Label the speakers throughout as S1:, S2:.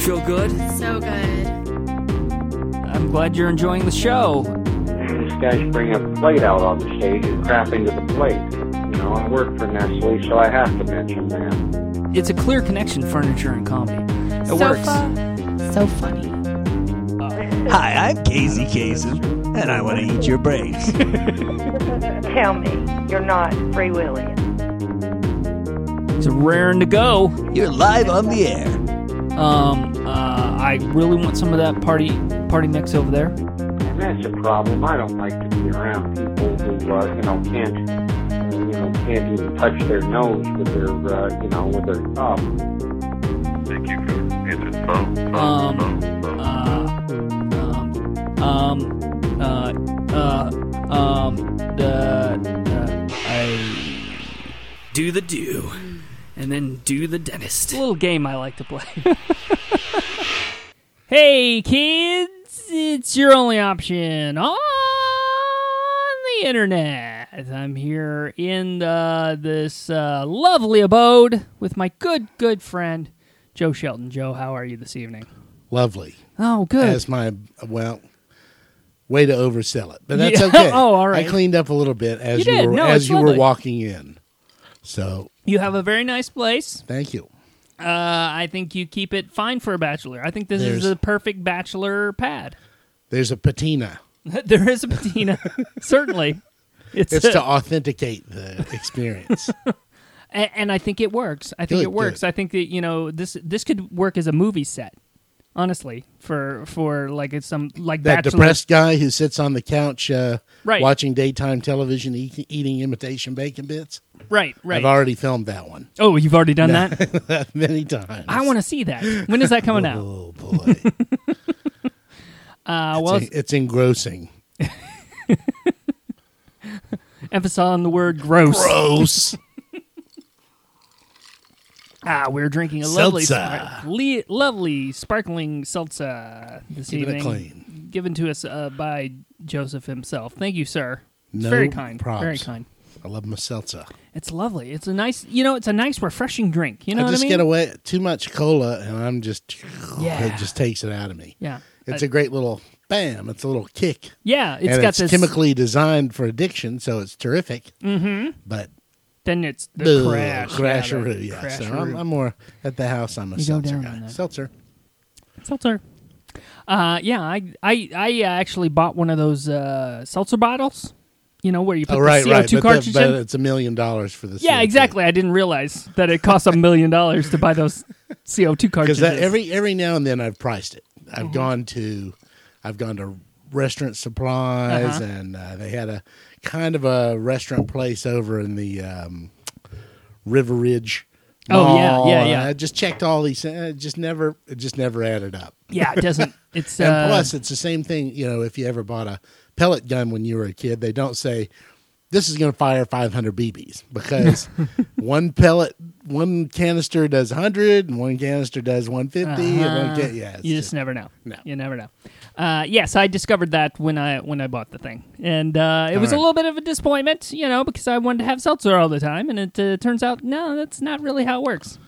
S1: so good.
S2: So good.
S1: I'm glad you're enjoying the show.
S3: This guy's bringing a plate out on the stage and crap into the plate. You know, I work for Nestle, so I have to mention that.
S1: It's a clear connection, furniture and comedy. It works.
S2: Sofa. So funny.
S4: Hi, I'm Casey Kasem, and I want to eat your brains.
S5: Tell me, you're not free willing.
S1: It's raring to go.
S4: You're live on the air.
S1: Um, uh, I really want some of that party party mix over there.
S3: And that's a problem. I don't like to be around people who, uh, you know, can't, uh, you know, can't even touch their nose with their, uh, you know, with their thumb.
S1: Um, uh, um, um, uh, uh, um, the, uh, I do the do, and then do the dentist. little game I like to play. hey, kids, it's your only option on the internet. I'm here in uh, this uh, lovely abode with my good, good friend. Joe Shelton. Joe, how are you this evening?
S6: Lovely.
S1: Oh, good.
S6: That's my well, way to oversell it, but that's
S1: Yeah.
S6: okay.
S1: Oh, all right.
S6: I cleaned up a little bit as
S1: You
S6: you,
S1: did.
S6: were
S1: No, it's
S6: as you were
S1: lovely.
S6: walking in. So
S1: you have a very nice place.
S6: thank you.
S1: Uh, I think you keep it fine for a bachelor. I think this
S6: There's-
S1: is the perfect bachelor pad.
S6: There's a patina.
S1: there is a patina, certainly. It's,
S6: It's
S1: a-
S6: to authenticate the experience.
S1: a- and I think it works. I think
S6: Good,
S1: it works.
S6: good.
S1: I think that you know this this could work as a movie set. Honestly, for for like it's some like
S6: that
S1: bachelor,
S6: depressed guy who sits on the couch uh,
S1: Right.
S6: watching daytime television, e- eating imitation bacon bits.
S1: right,
S6: I've
S1: right.
S6: already filmed that one
S1: oh, you've already done that.
S6: many times.
S1: I want to see that. When is that coming out?
S6: Oh boy,
S1: Uh, well,
S6: it's, it's engrossing.
S1: emphasis on the word gross.
S6: Gross.
S1: Ah, we're drinking a lovely,
S6: Seltzer.
S1: spar- le- lovely sparkling seltzer this
S6: Keeping it
S1: evening,
S6: clean.
S1: given to us uh, by Joseph himself. Thank you, sir. It's
S6: No
S1: very kind. Very
S6: props.
S1: kind.
S6: I love my seltzer.
S1: It's lovely. It's a nice, you know, it's a nice, refreshing drink. You know
S6: I
S1: what
S6: just
S1: I mean?
S6: get away too much cola, and I'm just
S1: Yeah.
S6: it just takes it out of me.
S1: Yeah,
S6: It's
S1: I-
S6: a great little bam. It's a little kick.
S1: yeah. It's
S6: and
S1: got
S6: it's
S1: this.
S6: chemically designed for addiction, so it's terrific. Mm-hmm. But
S1: then it's the
S6: ugh,
S1: crash,
S6: crasheroo,
S1: yeah,
S6: yeah.
S1: the
S6: So
S1: crasheroo.
S6: I'm, I'm more at the house. I'm a
S1: You go
S6: seltzer
S1: down on
S6: guy.
S1: that.
S6: Seltzer.
S1: seltzer. Uh, yeah, I, I, I uh, actually bought one of those uh, seltzer bottles. You know where you put
S6: Oh right,
S1: the CO2
S6: right. But,
S1: cartridge
S6: that, but
S1: in.
S6: it's a million dollars for this.
S1: Yeah, exactly. I didn't realize that it costs a million dollars to buy those CO2
S6: Because
S1: cartridges.
S6: every every now and then I've priced it. I've
S1: Mm-hmm.
S6: gone to, I've gone to restaurant supplies,
S1: Uh-huh.
S6: and uh, they had a kind of a restaurant place over in the um, River Ridge.
S1: Oh, yeah,
S6: Mall,
S1: yeah,
S6: and
S1: yeah.
S6: I just checked all these. uh, It just never, it just never added up.
S1: yeah, it doesn't. It's
S6: And
S1: uh,
S6: plus, it's the same thing. You know, if you ever bought a pellet gun when you were a kid, they don't say this is going to fire 500 BBs because one pellet, one canister does 100, and one canister does 150, and one can, yeah, it's
S1: Uh-huh. you just never know.
S6: No.
S1: You never know. Uh, yes, I discovered that when I when I bought the thing, and uh, it was a
S6: right.
S1: little bit of a disappointment, you know, because I wanted to have seltzer all the time, and it uh, turns out no, that's not really how it works.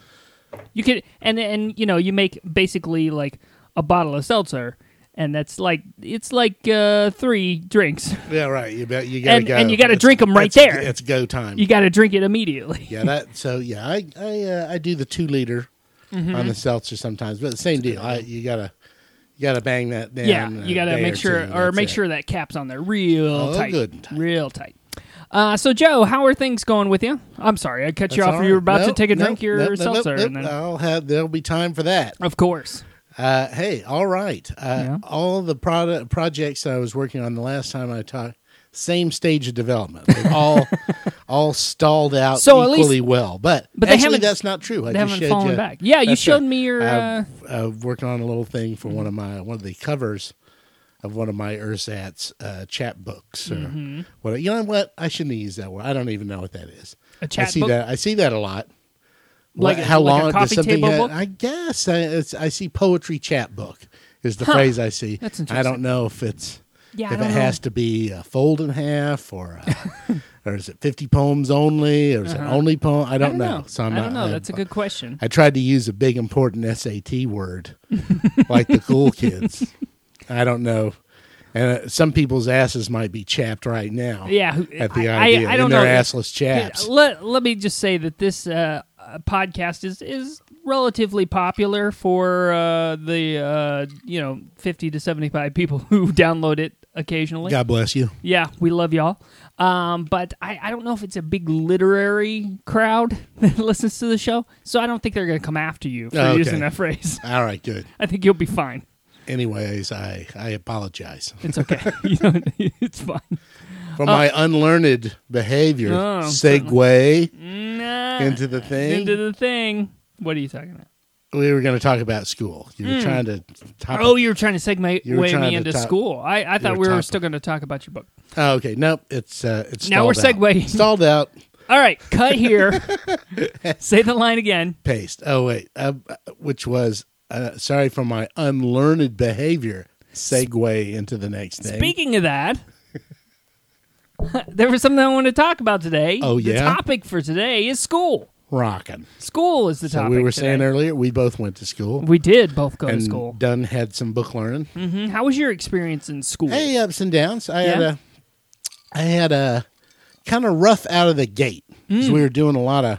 S1: You could and and you know you make basically like a bottle of seltzer, and that's like it's like uh, three drinks.
S6: yeah, right. You bet you got
S1: And-
S6: go.
S1: and you gotta
S6: It's-
S1: drink 'em right
S6: it's-
S1: there.
S6: It's go time.
S1: You got to drink it immediately.
S6: yeah, that. So yeah, I I uh, I do the two liter
S1: Mm-hmm.
S6: on the seltzer sometimes, but the same deal. I, you gotta you gotta bang that down.
S1: Yeah,
S6: a
S1: you got to
S6: day
S1: make
S6: or
S1: sure,
S6: two,
S1: or
S6: that's
S1: make
S6: it.
S1: sure that cap's on there real
S6: Oh,
S1: tight,
S6: good and tight.
S1: real tight. Uh, so, Joe, how are things going with you? I'm sorry, I cut you
S6: That's
S1: off.
S6: all
S1: You were
S6: right.
S1: about to
S6: Nope,
S1: take a
S6: nope,
S1: drink your
S6: nope, nope, nope,
S1: seltzer,
S6: nope.
S1: and then,
S6: I'll have. There'll be time for that.
S1: of course,
S6: Uh, hey, all right. Uh,
S1: Yeah.
S6: All the product projects I was working on the last time I talked, same stage of development. They've all all stalled out
S1: So at least-
S6: equally well, but
S1: but they
S6: actually
S1: haven't-
S6: that's not true. I
S1: they
S6: just
S1: haven't
S6: showed
S1: fallen
S6: you-
S1: back. Yeah, you
S6: that's
S1: showed
S6: right.
S1: me your. Uh,
S6: I've, I've worked on a little thing for one of my one of the covers of one of my ersatz uh, chapbooks or
S1: Mm-hmm.
S6: what. You know what? I shouldn't use that word. I don't even know what that is.
S1: A
S6: I see
S1: chapbook?
S6: that. I see that a lot.
S1: Like-
S6: What- how
S1: like a
S6: long
S1: coffee
S6: does something?
S1: table
S6: ha-
S1: book?
S6: I guess I, it's, I see poetry chapbook is the phrase I see.
S1: That's
S6: I
S1: interesting.
S6: don't know if it's
S1: Yeah, I
S6: if it
S1: don't know.
S6: has to be a fold in half or a, or is it 50 poems only or is it
S1: Uh-huh.
S6: only poem i don't, know. so i'm
S1: I don't
S6: not
S1: know.
S6: I-
S1: That's a good question.
S6: I tried to use a big important SAT word like the cool kids. I don't know. And uh, some people's asses might be chapped right now.
S1: Yeah, who-
S6: At the
S1: I- I-
S6: idea.
S1: I don't
S6: in their
S1: know.
S6: assless chaps.
S1: Let Let me just say that this uh, uh, podcast is is relatively popular for uh, the uh, you know fifty to seventy five people who download it occasionally.
S6: God bless you.
S1: Yeah, we love y'all. Um, but I, I don't know if it's a big literary crowd that listens to the show, so I don't think they're going to come after you for
S6: Oh, okay.
S1: using that phrase.
S6: All right, good.
S1: I think you'll be fine.
S6: Anyways, I, I apologize
S1: It's okay. You don't- it's fine.
S6: for my unlearned behavior.
S1: Oh,
S6: segue
S1: Nah.
S6: into the thing.
S1: Into the thing. What are you talking about?
S6: we were going to talk about school. You were
S1: Mm.
S6: trying to top
S1: Oh, you were trying to segue
S6: You were
S1: way
S6: trying
S1: me
S6: to
S1: into
S6: top-
S1: school. I, I thought
S6: were
S1: we were
S6: top-
S1: still going to talk about your book.
S6: Oh, okay. Nope. It's uh, it's
S1: Now we're
S6: stalled out.
S1: segueing.
S6: Stalled out.
S1: All right, cut here. Say the line again.
S6: paste. Oh wait, uh, which was uh, sorry for my unlearned behavior. Segue into the next thing.
S1: Speaking of that, there was something I wanted to talk about today.
S6: Oh,
S1: The
S6: yeah?
S1: topic for today is school.
S6: Rocking.
S1: School is the
S6: So
S1: topic.
S6: we were
S1: today.
S6: saying earlier, we both went to school.
S1: we did both go to
S6: and
S1: school.
S6: Dunn had some book learning.
S1: hmm How was your experience in school?
S6: Hey, uh, ups and downs. I had
S1: Yeah?
S6: a, I had a kind of rough out of the gate 'cause
S1: Hmm.
S6: we were doing a lot of,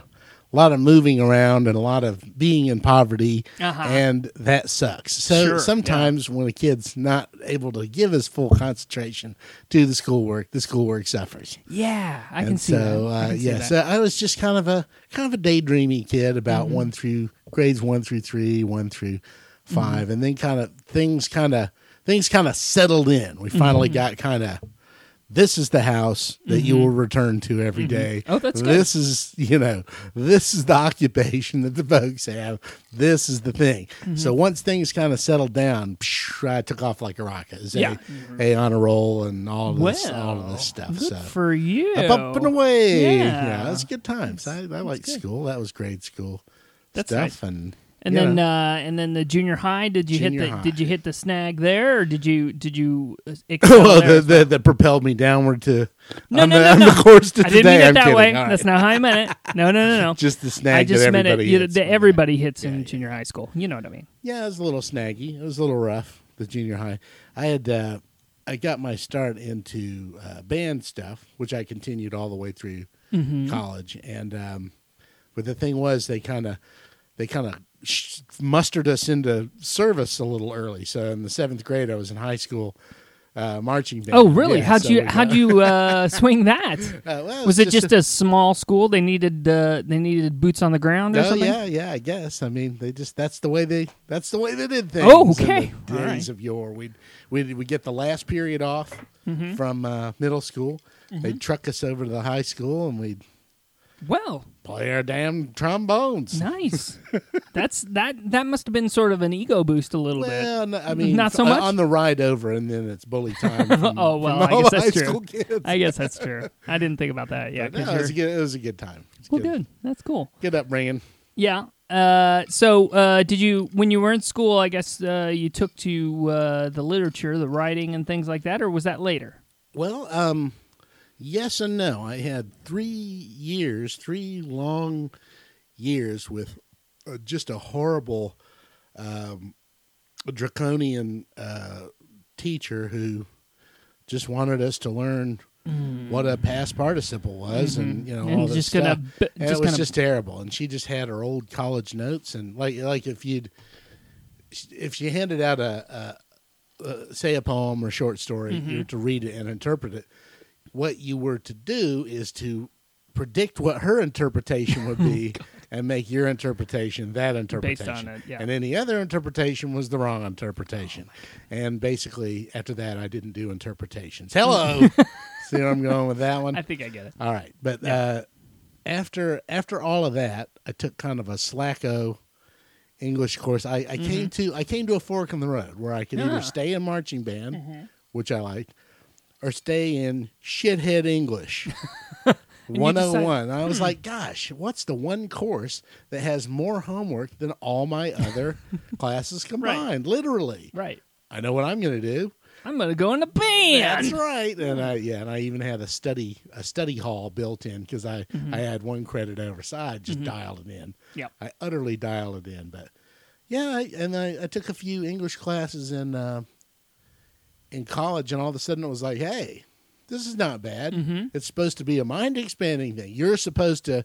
S6: a lot of moving around and a lot of being in poverty,
S1: Uh-huh.
S6: and that sucks. So
S1: Sure, yeah.
S6: sometimes when a kid's not able to give his full concentration to the schoolwork, the schoolwork suffers.
S1: yeah, I can
S6: and
S1: see
S6: so,
S1: that. I
S6: Uh,
S1: can see
S6: yeah,
S1: that.
S6: so I was just kind of a kind of a daydreamy kid about
S1: Mm-hmm.
S6: one through grades one through three, one through 5
S1: Mm-hmm.
S6: and then kind of things kind of things kind of settled in. We finally
S1: Mm-hmm.
S6: got kind of this is the house that you will return to every day.
S1: Mm-hmm. Oh, that's good.
S6: this is you know this is the occupation that the folks have. This is the thing.
S1: Mm-hmm.
S6: So once things kind of settled down, psh, I took off like a rocket. It was
S1: Yeah.
S6: a, a on a roll and all of this, all of
S1: Well,
S6: this stuff.
S1: Good
S6: so
S1: for you.
S6: up, up and away.
S1: Yeah.
S6: Yeah, that's good times. I, I like school. That was grade school
S1: That's
S6: stuff. And
S1: And
S6: you
S1: then,
S6: know,
S1: uh, and then the junior high. Did you
S6: Junior
S1: hit the
S6: high.
S1: Did you hit the snag there, or did you did you uh, excel
S6: well,
S1: there?
S6: the, the, that propelled me downward to
S1: No,
S6: on,
S1: no,
S6: the,
S1: no,
S6: on
S1: no.
S6: the course to
S1: I
S6: today.
S1: didn't mean it
S6: I'm
S1: that
S6: kidding.
S1: way.
S6: All right.
S1: That's not how I meant it. No, no, no, no.
S6: just the snag
S1: I just
S6: that
S1: meant it.
S6: everybody
S1: You,
S6: hits.
S1: that everybody hits in
S6: Yeah, yeah.
S1: junior high school. You know what I mean?
S6: Yeah, it was a little snaggy. It was a little rough. The junior high. I had uh, I got my start into uh, band stuff, which I continued all the way through
S1: Mm-hmm.
S6: college. And um, but the thing was, they kind of they kind of sh- mustered us into service a little early. So in the seventh grade, I was in high school uh, marching band.
S1: Oh, really?
S6: Yeah,
S1: how'd
S6: so
S1: you
S6: we
S1: how'd
S6: got-
S1: you uh, swing that?
S6: Uh, well,
S1: Was it just a, small school? They needed uh, they needed boots on the ground or
S6: Oh
S1: something.
S6: yeah, yeah. I guess. I mean, they just that's the way they that's the way they did things.
S1: Oh,
S6: in the
S1: okay. All
S6: days
S1: right.
S6: of yore, we'd we'd we get the last period off
S1: Mm-hmm.
S6: from uh, middle school. They'd truck us over to the high school, and we'd
S1: Well,
S6: play our damn trombones.
S1: nice. That's that. That must have been sort of an ego boost a little bit.
S6: Well, no, I mean,
S1: Not so
S6: on-
S1: much?
S6: on the ride over, and then it's bully time. From,
S1: Oh, well,
S6: from
S1: I
S6: all
S1: guess
S6: the
S1: that's
S6: high
S1: true.
S6: School kids.
S1: I guess that's true. I didn't think about that. Yeah,
S6: But no,
S1: 'cause
S6: it, was a
S1: you're-
S6: good, it was a good time. It was
S1: well, good. That's cool.
S6: Good upbringing.
S1: Yeah. Uh, so, uh, did you when you were in school? I guess uh, you took to uh, the literature, the writing, and things like that, or was that later?
S6: Well, um, yes and no. I had three years, three long years with uh, just a horrible, um, draconian uh, teacher who just wanted us to learn what a past participle was, and you
S1: Mm.
S6: know,
S1: Mm-hmm. And
S6: all this
S1: just
S6: stuff.
S1: gonna b- just
S6: And it was
S1: gonna-
S6: just terrible. And she just had her old college notes, and like like if you'd if she handed out a, a, a say a poem or short story,
S1: Mm-hmm.
S6: you were to read it and interpret it. What you were to do is to predict what her interpretation would be and make your interpretation that interpretation.
S1: it, yeah. Oh
S6: And any other interpretation was the wrong interpretation. and basically, after that, I didn't do interpretations. Hello. See where I'm going with that one?
S1: I think I get it.
S6: All right, but
S1: Yeah.
S6: uh, after after all of that, I took kind of a slacko English course. I, I came to I came to a fork in the road where I could
S1: Mm-hmm. Ah. Mm-hmm.
S6: either stay in marching band, which I liked, or stay in shithead English. One oh one. I
S1: Hmm.
S6: was like, gosh, what's the one course that has more homework than all my other classes combined? Literally.
S1: Right.
S6: I know what I'm going to do.
S1: I'm gonna go in the band.
S6: That's right. And I yeah, and I even had a study a study hall built in because I I had one credit over, so I just dialed it in.
S1: Yep.
S6: I utterly dialed it in, but yeah, I, and I, I took a few English classes in uh, in college, and all of a sudden it was like, hey, this is not bad.
S1: Mhm.
S6: It's supposed to be a mind expanding thing. You're supposed to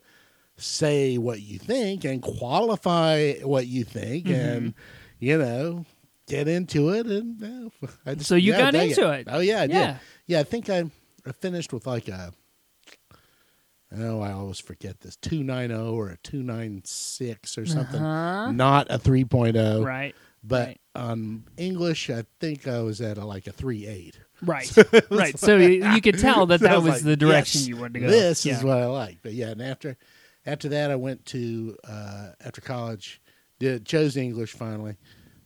S6: say what you think and qualify what you think,
S1: Mm-hmm.
S6: and you know. Get into it, and uh, I just,
S1: So you
S6: yeah, I
S1: got
S6: dug
S1: into it.
S6: Oh yeah, I did.
S1: Yeah.
S6: Yeah, I think I, I finished with like a oh I always forget this two nine zero or a two nine six or something,
S1: Uh-huh.
S6: not a three oh,
S1: Right.
S6: But
S1: right.
S6: on English, I think I was at a, like a three eight.
S1: Right. right. So you, you could tell Oh, that
S6: So I
S1: that was
S6: like,
S1: the direction
S6: yes,
S1: you wanted to go.
S6: This
S1: yeah.
S6: is what I like. But yeah, and after after that, I went to uh, after college, did chose English finally,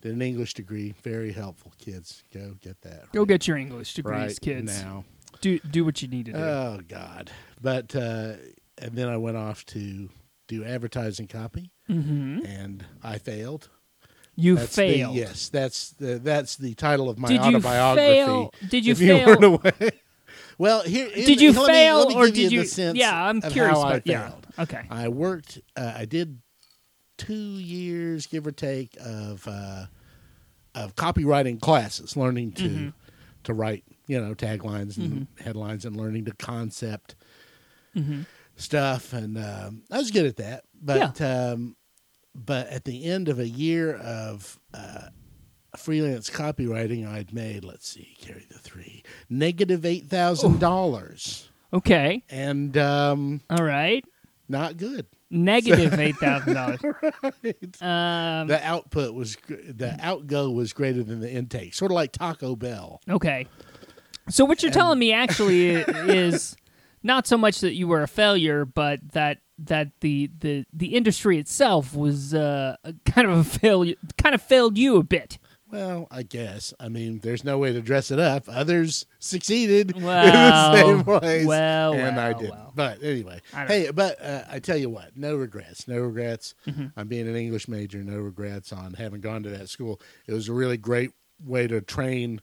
S6: did an English degree. Very helpful, kids. Go get that.
S1: Go get your English degrees,
S6: right
S1: kids.
S6: now.
S1: Do do what you need to do.
S6: Oh God! But uh, and then I went off to do advertising copy,
S1: hmm
S6: and I failed.
S1: You
S6: That's the-
S1: failed.
S6: yes, that's the that's the title of my
S1: Did you
S6: autobiography.
S1: fail? Did you
S6: if weren't
S1: fail?
S6: aware. well, here
S1: Did you
S6: let me-
S1: fail
S6: let me
S1: or
S6: give
S1: did
S6: you?
S1: you?
S6: the sense
S1: yeah, I'm
S6: of
S1: curious.
S6: How I
S1: about, yeah.
S6: failed.
S1: Okay.
S6: I worked. Uh, I did two years, give or take, of uh, of copywriting classes, learning to to write, you know, taglines and headlines, and learning to concept stuff. And um, I was good at that, but um, but at the end of a year of uh, freelance copywriting, I'd made let's see, carry the three negative eight thousand dollars,
S1: Oh. Okay.
S6: and um,
S1: All right.
S6: not good.
S1: Negative eight thousand dollars. Um.
S6: the output was gr- the outgo was greater than the intake, sort of like Taco Bell.
S1: Okay. So what you're telling me actually i- is not so much that you were a failure, but that that the the, the industry itself was uh, a kind of a failure, kind of failed you a bit.
S6: Well, I guess. I mean, there's no way to dress it up. Others succeeded in
S1: Well,
S6: the same ways,
S1: well,
S6: and I
S1: well,
S6: didn't.
S1: well.
S6: But anyway,
S1: I don't
S6: hey, but uh, I tell you what, no regrets, no regrets.
S1: Mm-hmm.
S6: I'm being an English major, no regrets on having gone to that school. It was a really great way to train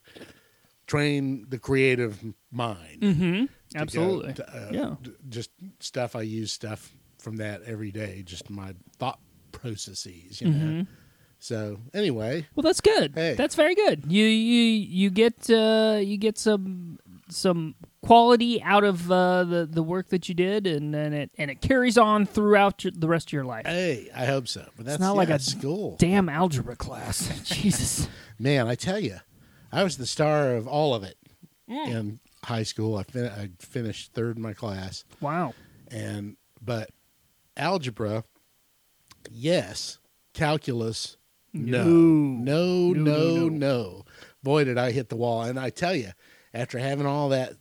S6: train the creative mind.
S1: Mm-hmm.
S6: to go
S1: Absolutely.
S6: to, uh,
S1: Yeah.
S6: d- just stuff I use stuff from that every day, just my thought processes, you know.
S1: Mm-hmm.
S6: So anyway,
S1: Well, that's good.
S6: Hey.
S1: That's very good. You you you get uh, you get some some quality out of uh, the the work that you did, and then it and it carries on throughout your, the rest of your life.
S6: hey, I hope so. But that's
S1: not
S6: yeah,
S1: like a
S6: it's school,
S1: Damn algebra class, Jesus.
S6: man. I tell you, I was the star of all of it
S1: Mm.
S6: in high school. I, fin- I finished third in my class,
S1: Wow.
S6: and but algebra, yes, calculus, No. No,
S1: No,
S6: no,
S1: no,
S6: no, Boy, did I hit the wall. And I tell you, after having all that,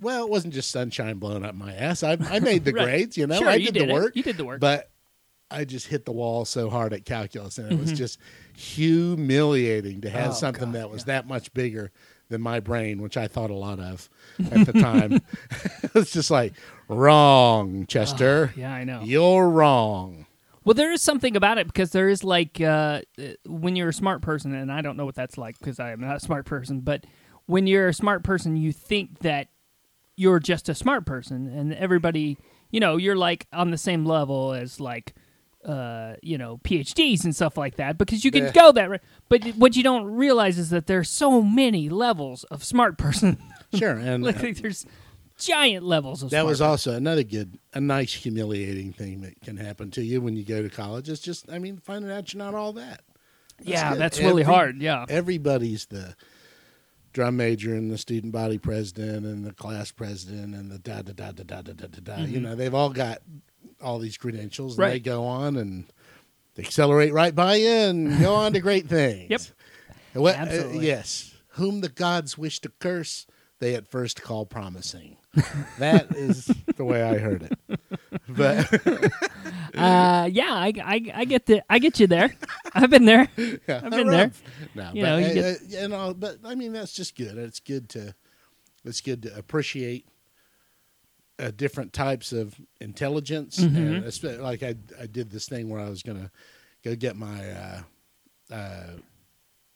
S6: well, it wasn't just sunshine blowing up my ass. I, I made the
S1: Right.
S6: grades, you know,
S1: Sure,
S6: I
S1: you
S6: did,
S1: did
S6: the
S1: it.
S6: work.
S1: You did the work.
S6: But I just hit the wall so hard at calculus, and it was just humiliating to have
S1: Mm-hmm. Oh,
S6: something
S1: God,
S6: that was that much bigger than my brain, which I thought a lot of at the time. it's just like, wrong, Chester.
S1: Oh, Yeah, I know.
S6: You're wrong.
S1: Well, there is something about it because there is like uh, uh, when you're a smart person, and I don't know what that's like because I am not a smart person. But when you're a smart person, you think that you're just a smart person, and everybody, you know, you're like on the same level as like uh, you know PhDs and stuff like that because you can
S6: Yeah.
S1: go that. Right. But what you don't realize is that there's so many levels of smart person.
S6: Sure. And
S1: like there's giant levels of
S6: That
S1: smart
S6: was also another good, a nice humiliating thing that can happen to you when you go to college. It's just, I mean, finding out you're not all that.
S1: yeah,
S6: good.
S1: that's really
S6: Every-
S1: hard. Yeah.
S6: Everybody's the drum major and the student body president and the class president and the da da da da da da da da. da. You know, they've all got all these credentials. And
S1: Mm-hmm.
S6: they
S1: Right.
S6: go on and they accelerate right by you and go on to great things.
S1: Yep.
S6: And What, uh,
S1: Absolutely.
S6: yes. Whom the gods wish to curse, they at first call promising. that is the way I heard it. But
S1: uh, yeah, I, I, I get the, I get you there. I've been there. I've been there.
S6: No,
S1: You
S6: but,
S1: know, you
S6: uh,
S1: get-
S6: uh, you know, but I mean that's just good. It's good to it's good to appreciate uh, different types of intelligence,
S1: Mm-hmm.
S6: and espe- like I I did this thing where I was gonna go get my uh, uh,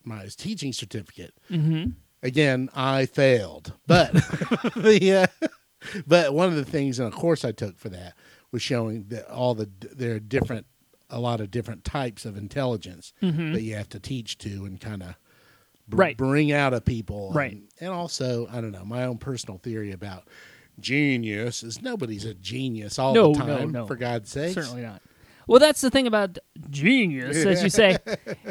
S6: my teaching certificate,
S1: Mm-hmm.
S6: again, I failed. But the uh, but one of the things in a course I took for that was showing that all the there are different a lot of different types of intelligence
S1: Mhm.
S6: that you have to teach to and kind of
S1: Right.
S6: bring out of people.
S1: Right.
S6: And, and also, I don't know, my own personal theory about genius is nobody's a genius all
S1: No,
S6: the
S1: no,
S6: time,
S1: no.
S6: for God's sake.
S1: Certainly not. Well, that's the thing about genius, as you say,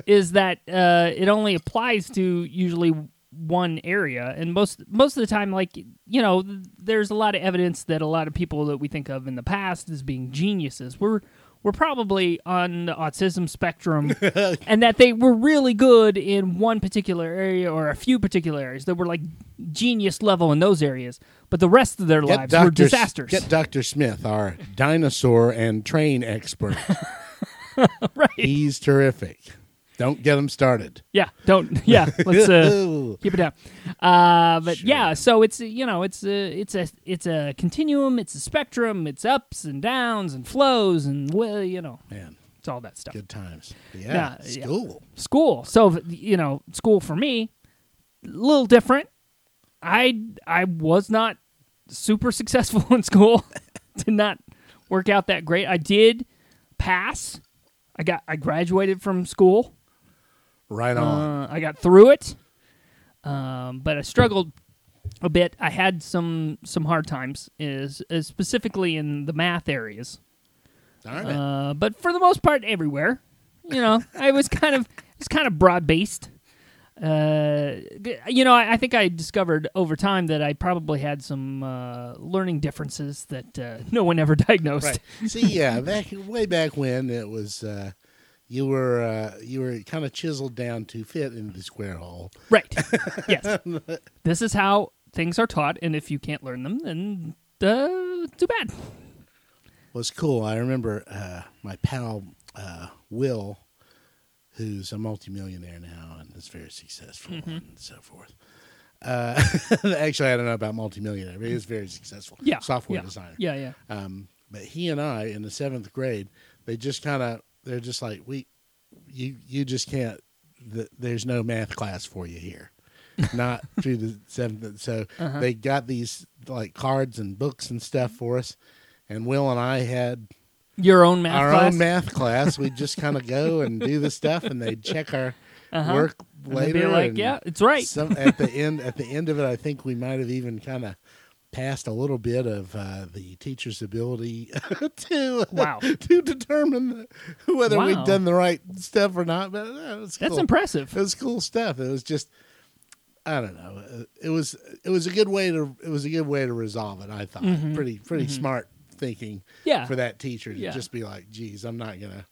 S1: is that uh, it only applies to usually one area, and most most of the time, like you know, there's a lot of evidence that a lot of people that we think of in the past as being geniuses were were probably on the autism spectrum, and that they were really good in one particular area or a few particular areas that were like genius level in those areas, but the rest of their lives were
S6: Dr. S-
S1: disasters.
S6: Get Dr. Smith, our dinosaur and train expert.
S1: right.
S6: He's terrific. Don't get him started.
S1: Yeah, don't. Yeah, let's uh,
S6: Ooh.
S1: keep it down. Uh, but yeah, so it's you know it's a it's a it's a continuum, it's a spectrum, it's ups and downs and flows and well you know
S6: Man,
S1: it's all that stuff.
S6: good times. Yeah.
S1: Yeah, yeah.
S6: school.
S1: School, so you know school for me, a little different. I I was not super successful in school. did not work out that great. I did pass. I got I graduated from school.
S6: Right on.
S1: Uh, I got through it, um, but I struggled a bit. I had some some hard times, is, is specifically in the math areas.
S6: Darn it.
S1: Uh, but for the most part, everywhere. You know, I was kind of it's kind of broad based. Uh, g- you know, I, I think I discovered over time that I probably had some uh, learning differences that uh, no one ever diagnosed.
S6: Right. See, yeah, back way back when it was, uh, you were uh, you were kind of chiseled down to fit into the square hole.
S1: Right. yes. This is how things are taught, and if you can't learn them, then uh, too bad.
S6: was cool. I remember uh, my pal uh, Will, who's a multimillionaire now and is very successful
S1: Mm-hmm.
S6: and so forth. Uh, actually, I don't know about multimillionaire, but he was very successful.
S1: Yeah.
S6: software
S1: yeah,
S6: designer.
S1: Yeah, yeah.
S6: Um, but he and I in the seventh grade, they just kind of they're just like we, you you just can't. th there's no math class for you here, not through the seventh. So
S1: Uh-huh.
S6: they got these like cards and books and stuff for us, and Will and I had
S1: Your own math
S6: our
S1: class.
S6: own math class. We'd just kind of go and do the stuff, and they'd check our
S1: Uh-huh.
S6: work
S1: And they'd
S6: later.
S1: Be like,
S6: and
S1: yeah, it's right.
S6: some, at the end, at the end of it, I think we might have even kind of passed a little bit of uh, the teacher's ability to
S1: Wow.
S6: to determine whether
S1: Wow.
S6: we'd done the right stuff or not. But uh, it was
S1: That's
S6: cool.
S1: impressive.
S6: It was cool stuff. It was just. I don't know. uh, It was it was a good way to it was a good way to resolve it. I thought pretty pretty smart thinking
S1: Mm-hmm. Yeah.
S6: for that teacher to
S1: Yeah.
S6: just be like, "Geez, I'm not gonna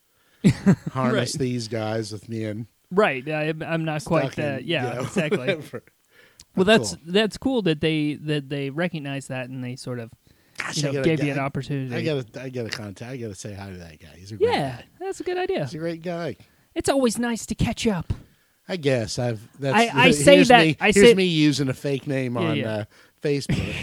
S6: harness these guys with me and
S1: Right. I, I'm not quite
S6: duck in,"
S1: that. Yeah,
S6: you know,
S1: exactly.
S6: whatever.
S1: well, that's
S6: Cool.
S1: that's cool that they that they recognize that and they sort of
S6: Gosh,
S1: you
S6: Ah,
S1: know,
S6: I gotta-
S1: gave you an
S6: I-
S1: opportunity.
S6: I gotta I gotta contact. I gotta say hi to that guy. He's a great
S1: yeah,
S6: guy.
S1: that's a good idea.
S6: he's a great guy.
S1: It's always nice to catch up.
S6: I guess I've. That's,
S1: I- I say
S6: here's
S1: that-
S6: Me,
S1: I
S6: here's
S1: say-
S6: me using a fake name
S1: Yeah,
S6: on
S1: yeah.
S6: Uh, Facebook.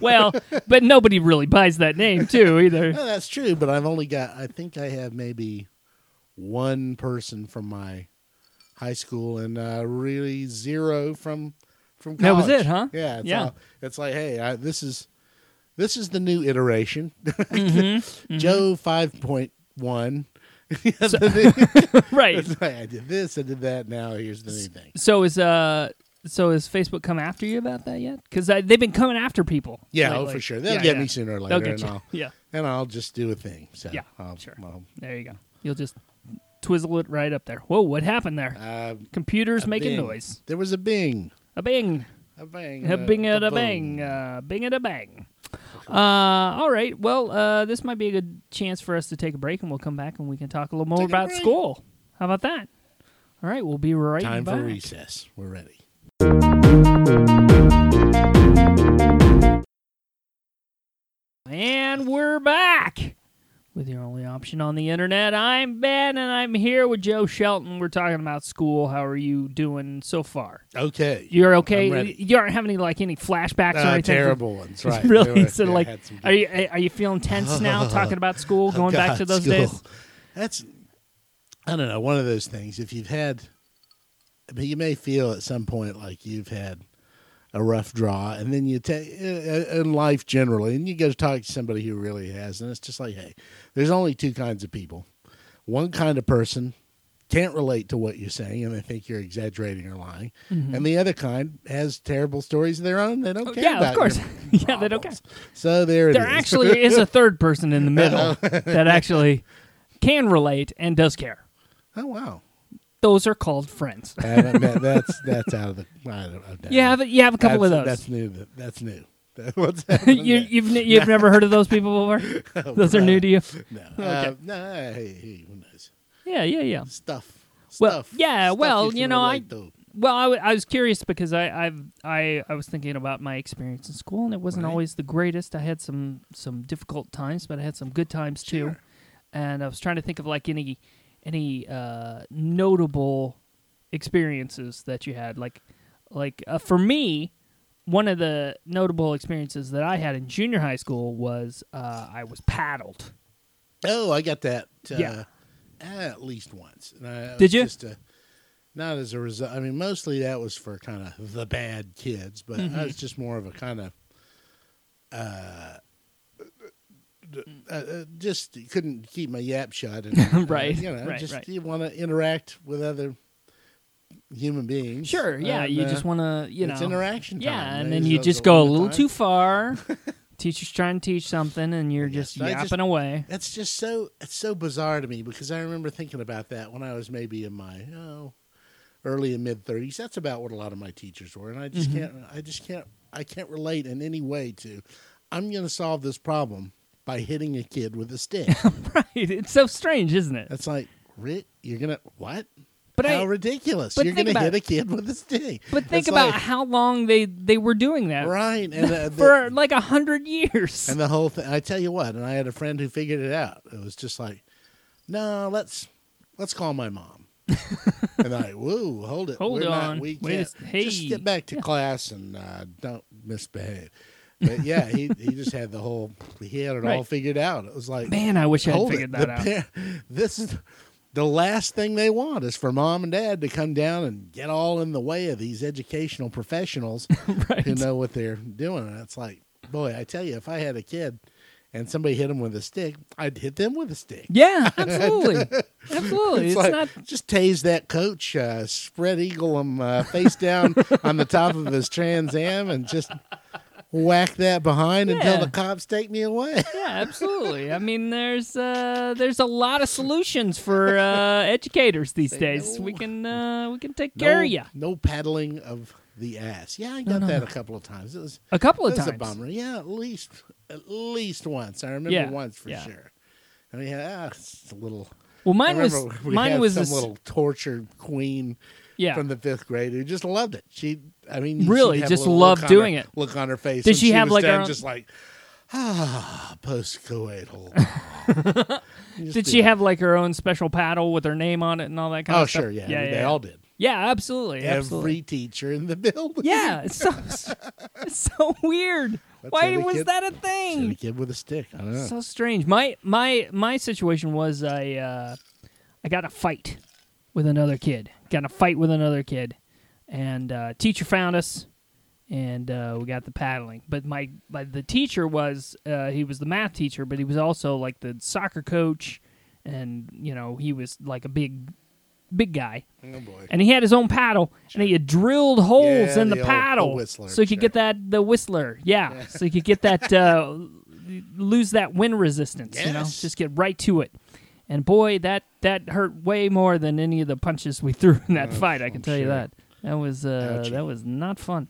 S1: Well, but nobody really buys that name too either.
S6: no, that's true, but I've only got. I think I have maybe one person from my high school and uh, really zero from from
S1: That was
S6: college.
S1: it, huh?
S6: Yeah, it's
S1: Yeah.
S6: all- it's like, hey, I, this is this is the new iteration.
S1: Mm-hmm,
S6: Joe five point one.
S1: right.
S6: It's like, I did this, I did that. Now here's the new thing.
S1: So is uh so has Facebook come after you about that yet? Because they've been coming after people.
S6: Yeah, oh,
S1: lately.
S6: for sure. They'll
S1: Yeah,
S6: get
S1: yeah.
S6: me sooner or
S1: They'll
S6: later,
S1: get
S6: and
S1: you.
S6: I'll
S1: Yeah,
S6: and I'll just do a thing. So
S1: Yeah,
S6: I'll,
S1: sure.
S6: I'll-
S1: there you go. You'll just twizzle it right up there. Whoa, what happened there?
S6: uh,
S1: Computers
S6: a
S1: making
S6: bing.
S1: noise.
S6: There was a bing,
S1: A bing,
S6: a bang,
S1: a bing, a
S6: boom.
S1: bang, uh, bing, a bang. Uh, all right. Well, uh, this might be a good chance for us to take a break, and we'll come back and we can talk a little more
S6: Take a
S1: about
S6: break.
S1: school. How about that? All right, we'll be right
S6: Time
S1: back.
S6: for recess. We're ready.
S1: And we're back with your only option on the internet. I'm Ben, and I'm here with Joe Shelton. We're talking about school. How are you doing so far?
S6: Okay.
S1: You're
S6: I'm
S1: okay.
S6: ready.
S1: You aren't having any like any flashbacks or
S6: Uh,
S1: anything.
S6: terrible ones, right?
S1: really?
S6: There were-
S1: So
S6: yeah, I
S1: like,
S6: had some
S1: are
S6: good-
S1: you are you feeling tense now talking about school?
S6: Oh,
S1: Going back
S6: God,
S1: to those
S6: school.
S1: days?
S6: That's I don't know. One of those things. If you've had but you may feel at some point like you've had a rough draw, and then you take in life generally, and you go talk to somebody who really has, and it's just like, hey, there's only two kinds of people. One kind of person can't relate to what you're saying, and they think you're exaggerating or lying,
S1: Mhm.
S6: and the other kind has terrible stories of their own. They don't care.
S1: Oh, yeah,
S6: about
S1: of course.
S6: your-
S1: yeah, they don't care.
S6: So there it
S1: There
S6: is.
S1: actually is a third person in the middle
S6: Uh-oh.
S1: that actually can relate and does care.
S6: oh wow.
S1: Those are called friends.
S6: I haven't met- that's that's out of the. I don't, I've done
S1: You have you have a couple
S6: that's,
S1: of those.
S6: That's new. That's new. What's
S1: you, you've ne- you've never heard of those people before.
S6: Oh,
S1: Those are new to you.
S6: No.
S1: Okay.
S6: Uh, no. Hey, hey, who knows?
S1: Yeah, yeah, yeah.
S6: Stuff.
S1: Well,
S6: stuff,
S1: yeah,
S6: stuff
S1: well,
S6: can
S1: you know, I-
S6: relate to.
S1: Well, I, w- I was curious because I I've, I I was thinking about my experience in school, and it wasn't
S6: Right.
S1: always the greatest. I had some some difficult times, but I had some good times too. And I was trying to think of like any any uh, notable experiences that you had. Like like uh, for me, one of the notable experiences that I had in junior high school was uh, I was paddled.
S6: Oh, I got that. Uh,
S1: Yeah.
S6: At least once. And I- I
S1: Did
S6: was
S1: you?
S6: Just uh not as a result. I mean, mostly that was for kind of the bad kids, but
S1: Mm-hmm.
S6: I was just more of a kind of. Uh, uh, uh, just couldn't keep my yap shut, and uh,
S1: Right,
S6: you know,
S1: right,
S6: just
S1: right.
S6: you want to interact with other human beings.
S1: Sure, yeah,
S6: and,
S1: you
S6: uh,
S1: just want to you know
S6: it's interaction. Time.
S1: Yeah, and
S6: There's
S1: then you
S6: those
S1: just go a
S6: lot of
S1: little
S6: time.
S1: too far. Teacher's trying to teach something, and you're
S6: Yes,
S1: just
S6: I
S1: yapping
S6: just-
S1: away.
S6: That's just so it's so bizarre to me because I remember thinking about that when I was maybe in my oh early and mid thirties. That's about what a lot of my teachers were, and I
S1: Mm-hmm.
S6: just can't. I just can't. I can't relate in any way to. I'm going to solve this problem by hitting a kid with a stick.
S1: right? It's so strange, isn't it?
S6: That's like, Rick, you're gonna what?
S1: But
S6: how
S1: I-
S6: ridiculous!
S1: but
S6: You're
S1: think
S6: gonna
S1: about
S6: hit
S1: it.
S6: a kid with a stick.
S1: But think
S6: It's
S1: about
S6: like,
S1: how long they they were doing that
S6: right and uh,
S1: for like a hundred years.
S6: And the whole thing. I tell you what, and I had a friend who figured it out. It was just like, no, let's let's call my mom. and I, whoa, hold it,
S1: Hold
S6: We're not-
S1: on.
S6: we
S1: Wait a
S6: can't.
S1: s- hey."
S6: Just get back to class and uh, don't misbehave. But yeah, he he just had the whole he had it all
S1: Right.
S6: figured out. It was like,
S1: Man, I wish I had
S6: hold
S1: figured
S6: it.
S1: that
S6: The
S1: out.
S6: par- this is the last thing they want is for mom and dad to come down and get all in the way of these educational professionals
S1: Right.
S6: who know what they're doing. And it's like, boy, I tell you, if I had a kid and somebody hit him with a stick, I'd hit them with a stick.
S1: Yeah, absolutely, absolutely. It's,
S6: It's like,
S1: not.
S6: just tase that coach, uh, spread eagle him uh, face down on the top of his Trans Am, and just whack that behind until
S1: Yeah.
S6: the cops take me away.
S1: Yeah, absolutely. I mean, there's uh, there's a lot of solutions for uh, educators these days. We can uh, we can take care
S6: no,
S1: of you
S6: no paddling of the ass. Yeah, I got that a couple of times. It was
S1: a couple of
S6: That's
S1: times.
S6: a bummer. Yeah, at least at least once. I remember
S1: Yeah,
S6: once for
S1: yeah.
S6: sure. I mean, ah, it's a little.
S1: Well,
S6: I
S1: mine was
S6: remember we
S1: mine
S6: had
S1: was
S6: some
S1: this,
S6: little tortured queen
S1: yeah.
S6: from the fifth grade who just loved it. She, I mean, she'd
S1: Really,
S6: have a
S1: just
S6: little
S1: loved
S6: look on her-
S1: doing it.
S6: Look on her face.
S1: Did
S6: when
S1: she have,
S6: was
S1: like, her
S6: down
S1: own-
S6: just like ah postcoital? You just
S1: Did
S6: be
S1: she
S6: like,
S1: have like her own special paddle with her name on it and all that kind
S6: Oh
S1: of stuff?
S6: sure, yeah,
S1: yeah,
S6: they
S1: yeah.
S6: all did.
S1: Yeah, absolutely, absolutely.
S6: Every teacher in the building.
S1: Yeah, it's so it's so weird.
S6: That's
S1: Why
S6: every
S1: was
S6: kid-
S1: that a
S6: Hit a
S1: thing?
S6: kid with a stick. I don't know.
S1: So strange. My my my situation was I uh, I got in a fight with another kid. Got in a fight with another kid, and uh, teacher found us, and uh, we got the paddling. But my, my the teacher was uh, he was the math teacher, but he was also like the soccer coach, and you know he was like a big big guy
S6: oh boy.
S1: and he had his own paddle, and he had drilled holes
S6: Yeah,
S1: in the,
S6: the old- the
S1: paddle,
S6: whistler,
S1: so you
S6: sure.
S1: could get that the whistler. Yeah, so you could get that uh, lose that wind resistance. You know,
S6: Yes.
S1: just get right to it. And boy, that that hurt way more than any of the punches we threw in that fight. I can tell you
S6: Oh, sure.
S1: that. That was uh,
S6: Ouchie.
S1: that was not fun.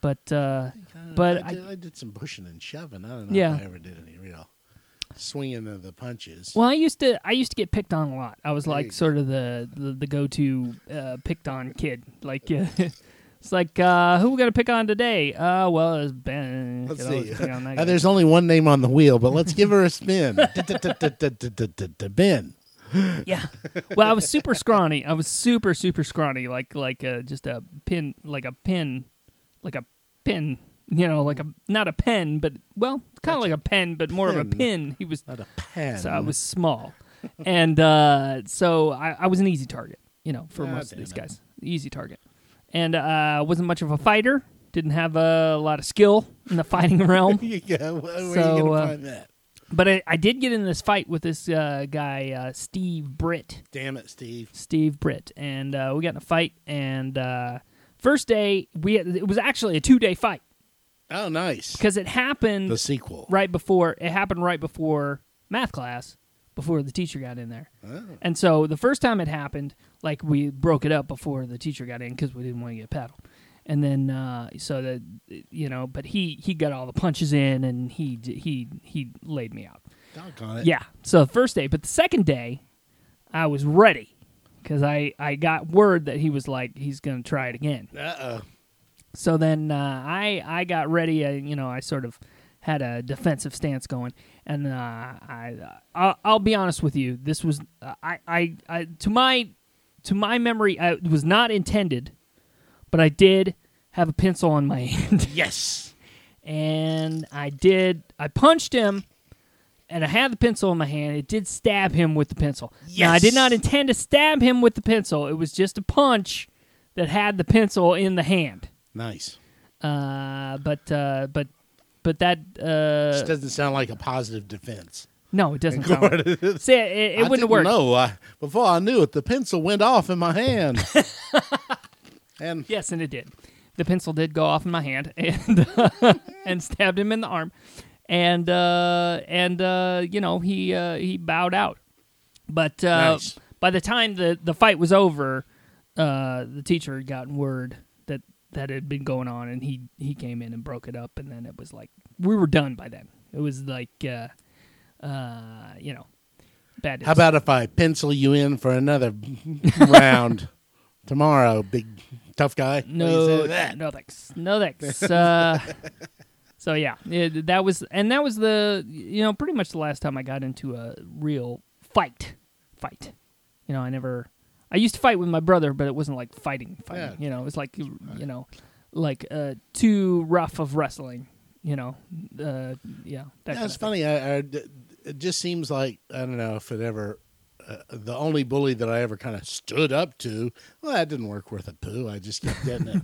S1: But uh, but
S6: I
S1: I-
S6: did, I did some pushing and shoving. I don't know
S1: Yeah.
S6: if I ever did any real swinging of the punches.
S1: Well, I used to I used to get picked on a lot. I was
S6: you
S1: like
S6: go.
S1: sort of the the, the go to uh, picked on kid. Like uh, it's like uh, who we gonna pick on today? Uh, well, it's Ben.
S6: Let's
S1: Could always
S6: see.
S1: pick on that
S6: Uh,
S1: guy.
S6: there's only one name on the wheel, but let's give her a spin. Ben.
S1: yeah. Well, I was super scrawny. I was super super scrawny, like like uh, just a pin, like a pin, like a pin. You know, like a not a pen, but well, kind of like a pen, but more of a
S6: Pin.
S1: pin. He was
S6: Not a pen.
S1: So I was
S6: Mm-hmm.
S1: small, and uh, so I, I was an easy target, you know, for
S6: Ah,
S1: most of
S6: damn
S1: these
S6: it.
S1: guys. easy target. And uh, wasn't much of a fighter. Didn't have a lot of skill in the fighting realm.
S6: yeah, where are you
S1: So,
S6: gonna
S1: uh,
S6: find that?
S1: But I, I did get in this fight with this uh, guy, uh, Steve Britt.
S6: Damn it, Steve.
S1: Steve Britt, and uh, we got in a fight. And uh, first day, we had, it was actually a two day fight
S6: Oh, nice.
S1: because it happened
S6: The sequel.
S1: right before it happened right before math class, before the teacher got in there.
S6: Oh.
S1: And so the first time it happened, like we broke it up before the teacher got in because we didn't want to get paddled. And then uh, so that you know, but he he got all the punches in, and he he he laid me out.
S6: Doggone it.
S1: Yeah. So the first day, but the second day, I was ready because I I got word that he was like he's gonna try it again.
S6: Uh oh.
S1: So then uh, I I got ready. Uh, you know, I sort of had a defensive stance going, and uh, I I'll, I'll be honest with you. This was uh, I, I I to my to my memory, I, it was not intended, but I did have a pencil on my hand
S6: Yes.
S1: and I did. I punched him, and I had the pencil in my hand. It did stab him with the pencil. Now I did
S6: Yes.
S1: not intend to stab him with the pencil. It was just a punch that had the pencil in the hand.
S6: Nice.
S1: Uh, but uh, but but that uh,
S6: This doesn't sound like a positive defense.
S1: no, it doesn't. Sound right. See, it, it
S6: I
S1: wouldn't
S6: didn't
S1: have worked.
S6: know. I, before I knew it, the pencil went off in my hand. and
S1: Yes, and it did. The pencil did go off in my hand and and stabbed him in the arm, and uh, and uh, you know he uh, he bowed out. But uh,
S6: Nice.
S1: by the time the, the fight was over, uh, the teacher had gotten word that that had been going on, and he he came in and broke it up, and then it was like we were done by then. It was like uh, uh, you know bad.
S6: how
S1: news.
S6: about if I pencil you in for another round tomorrow, big tough guy? What do you say
S1: No,
S6: to that?
S1: no thanks. No thanks. Uh, so yeah, it- that was and that was the you know pretty much the last time I got into a real fight. Fight. You know, I never. I used to fight with my brother, but it wasn't like fighting. Fighting.
S6: Yeah.
S1: You know, it was like you you know, like uh, too rough of wrestling. You know, uh, yeah. That kind
S6: That's
S1: of thing.
S6: funny. I, I, it just seems like I don't know if it ever. Uh, the only bully that I ever kind of stood up to, well, that didn't work worth a poo. I just kept getting it.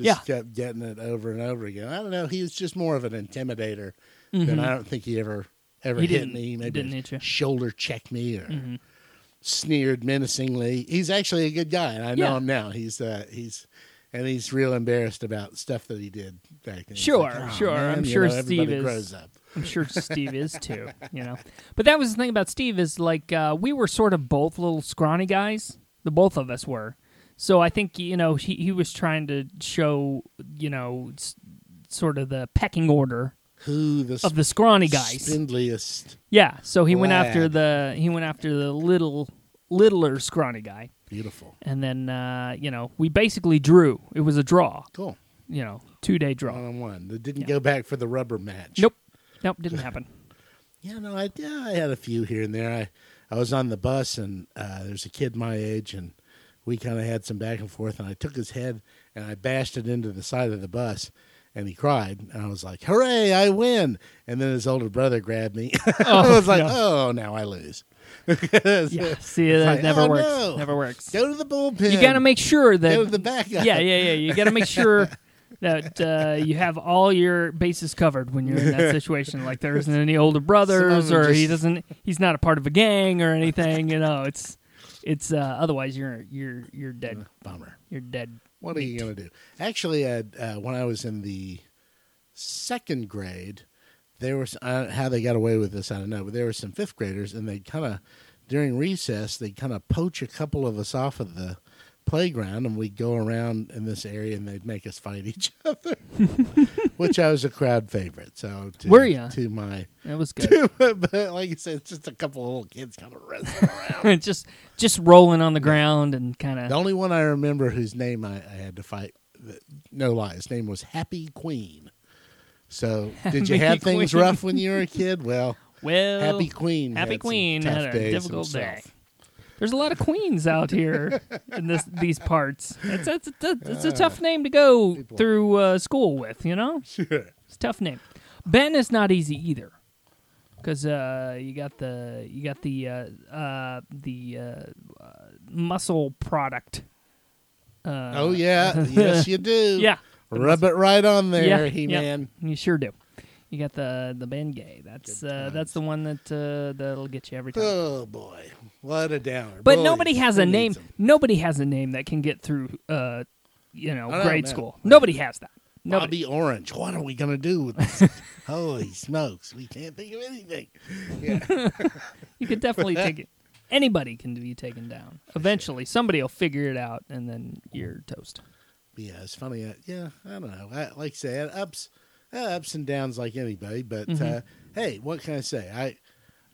S6: Just
S1: Yeah.
S6: kept getting it over and over again. I don't know. He was just more of an intimidator, than I don't think he ever ever
S1: Mm-hmm. He
S6: hit
S1: didn't-
S6: me. Maybe
S1: didn't Mm-hmm. hit you.
S6: shoulder checked me or sneered menacingly. He's actually a good guy, and I know
S1: Yeah.
S6: him now. He's uh, he's and he's real embarrassed about stuff that he did back then. He's
S1: Sure,
S6: like, "Oh,
S1: sure.
S6: man,"
S1: I'm
S6: you
S1: sure
S6: know, everybody
S1: Steve is-
S6: grows up.
S1: I'm sure Steve is too, you know. But that was the thing about Steve is like uh, we were sort of both little scrawny guys. The both of us were. So I think you know he he was trying to show you know s- sort of the pecking order
S6: Who the
S1: of the scrawny guys.
S6: Spindliest.
S1: yeah. So he went after
S6: Lad.
S1: the he went after the little littler scrawny guy,
S6: Beautiful.
S1: and then uh, you know we basically drew. It was a draw.
S6: Cool.
S1: You know, two day
S6: One
S1: draw.
S6: on one. That didn't
S1: Yeah.
S6: go back for the rubber match.
S1: Nope. Nope. Didn't happen.
S6: Yeah, no, I, yeah, I had a few here and there. I, I was on the bus and uh, there's a kid my age and we kind of had some back and forth and I took his head and I bashed it into the side of the bus and he cried and I was like, "Hooray, I win!" And then his older brother grabbed me. I was like, "Oh, now I lose."
S1: Yeah. See, that
S6: like,
S1: never
S6: oh,
S1: works.
S6: no.
S1: Never works.
S6: Go to the bullpen.
S1: You got to make sure that
S6: go to the back.
S1: yeah, yeah, yeah. You got to make sure that uh, you have all your bases covered when you're in that situation. Like there isn't any older brothers,
S6: Some of
S1: or
S6: 'em
S1: he
S6: just-
S1: doesn't. He's not a part of a gang or anything. You know, it's it's uh, otherwise you're you're you're dead.
S6: Bummer.
S1: You're dead.
S6: What are you going to do? Actually, uh, uh, when I was in the second grade, there was uh, how they got away with this. I don't know, but there were some fifth graders, and they kind of during recess they kind of poach a couple of us off of the playground, and we'd go around in this area, and they'd make us fight each other, which I was a crowd favorite. So to,
S1: Were ya?
S6: to my,
S1: That was good.
S6: but like you said, it's just a couple of little kids kind of wrestling around.
S1: just just rolling on the ground and kind
S6: The
S1: of.
S6: only one I remember whose name I, I had to fight, no lie, his name was Happy Queen. So, did you
S1: Happy
S6: have things
S1: Queen.
S6: rough when you were a kid? Well,
S1: Well,
S6: Happy Queen.
S1: Happy
S6: had some
S1: Queen
S6: tough
S1: had a
S6: days
S1: difficult
S6: himself.
S1: day. There's a lot of queens out here in this these parts. It's, it's, it's, it's a
S6: Ah.
S1: tough name to go through uh, school with, you know. Sure, it's a tough name. Ben is not easy either, because uh, you got the you got the uh, uh, the uh, uh, muscle product Uh,
S6: oh yeah, yes you do.
S1: Yeah.
S6: Rub it right on there,
S1: yeah,
S6: He
S1: yeah,
S6: Man.
S1: you sure do. You got the the Bengay. That's uh, that's the one that uh, that'll get you every time.
S6: Oh boy, what a downer.
S1: But
S6: Boy,
S1: nobody has
S6: who
S1: a name.
S6: needs 'em?
S1: Nobody has a name that can get through, uh, you know,
S6: I know,
S1: grade
S6: man.
S1: school. Nobody has that. Nobody.
S6: Bobby Orange. What are we gonna do with this? Holy smokes, we can't think of anything.
S1: You could definitely take it. Anybody can be taken down. Eventually, somebody will figure it out, and then you're toast.
S6: But yeah, it's funny. uh, Yeah, I don't know. I, like I said, ups, uh, ups and downs, like anybody. But
S1: Mm-hmm.
S6: uh, hey, what can I say? I,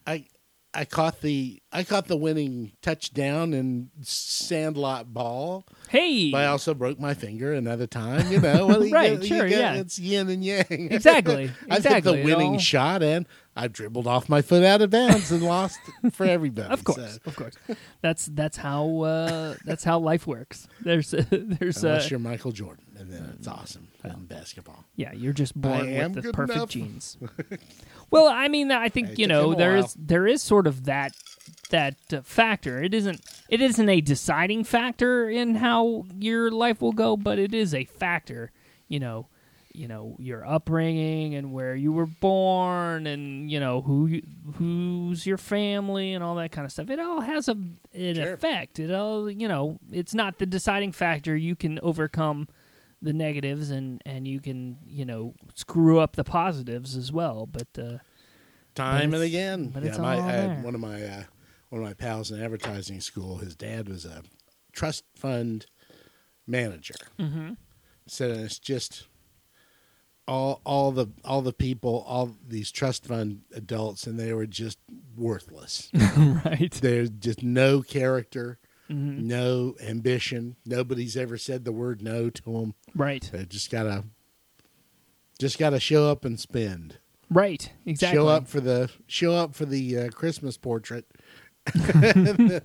S6: I, I caught the I caught the winning touchdown in Sandlot ball,
S1: Hey,
S6: but I also broke my finger another time. You know, Well, you
S1: Right,
S6: get- you
S1: sure,
S6: get-
S1: yeah.
S6: It's yin and yang.
S1: exactly.
S6: I've
S1: exactly.
S6: hit
S1: It
S6: the winning
S1: all-
S6: shot and I've dribbled off my foot out of bounds and lost for everybody.
S1: Of course,
S6: So,
S1: of course. That's that's how uh, that's how life works. There's uh, there's uh,
S6: unless you're Michael Jordan, and then it's awesome in basketball.
S1: Yeah, you're just
S6: I
S1: born
S6: am
S1: with the
S6: good
S1: perfect
S6: enough.
S1: genes. well, I mean, I think
S6: It
S1: you
S6: took
S1: know
S6: him a
S1: there
S6: while.
S1: is there is sort of that that uh, factor. It isn't it isn't a deciding factor in how your life will go, but it is a factor. You know, you know your upbringing and where you were born, and you know who you, who's your family and all that kind of stuff. It all has a an effect. It all you know it's not the deciding factor. You can overcome the negatives and and you can you know screw up the positives as well but uh
S6: time
S1: But
S6: and
S1: it's-
S6: again.
S1: but
S6: yeah,
S1: it's
S6: my,
S1: all
S6: I
S1: there.
S6: had one of my uh, one of my pals in advertising school. His dad was a trust fund manager. Mm-hmm. So it's just all all the all the people, all these trust fund adults, and they were just worthless.
S1: right
S6: There's just no character.
S1: Mm-hmm.
S6: No ambition. Nobody's ever said the word no to them.
S1: right
S6: They just gotta, just gotta show up and spend
S1: right exactly
S6: show up for the show up for the uh, Christmas portrait. and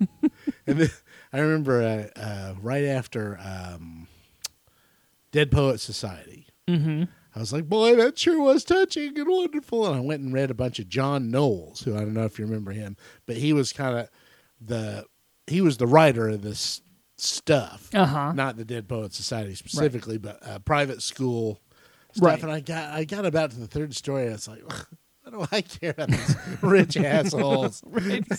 S6: then, I remember uh, uh, right after um, Dead Poet Society,
S1: mm-hmm.
S6: I was like, "Boy, that sure was touching and wonderful." And I went and read a bunch of John Knowles, who I don't know if you remember him, but he was kind of the he was the writer of this stuff
S1: uh-huh
S6: not the Dead Poets Society specifically, but uh, private school
S1: Right.
S6: stuff. And I got I got about to the third story. And I was like, what do I care about these rich assholes?
S1: right
S6: I can Go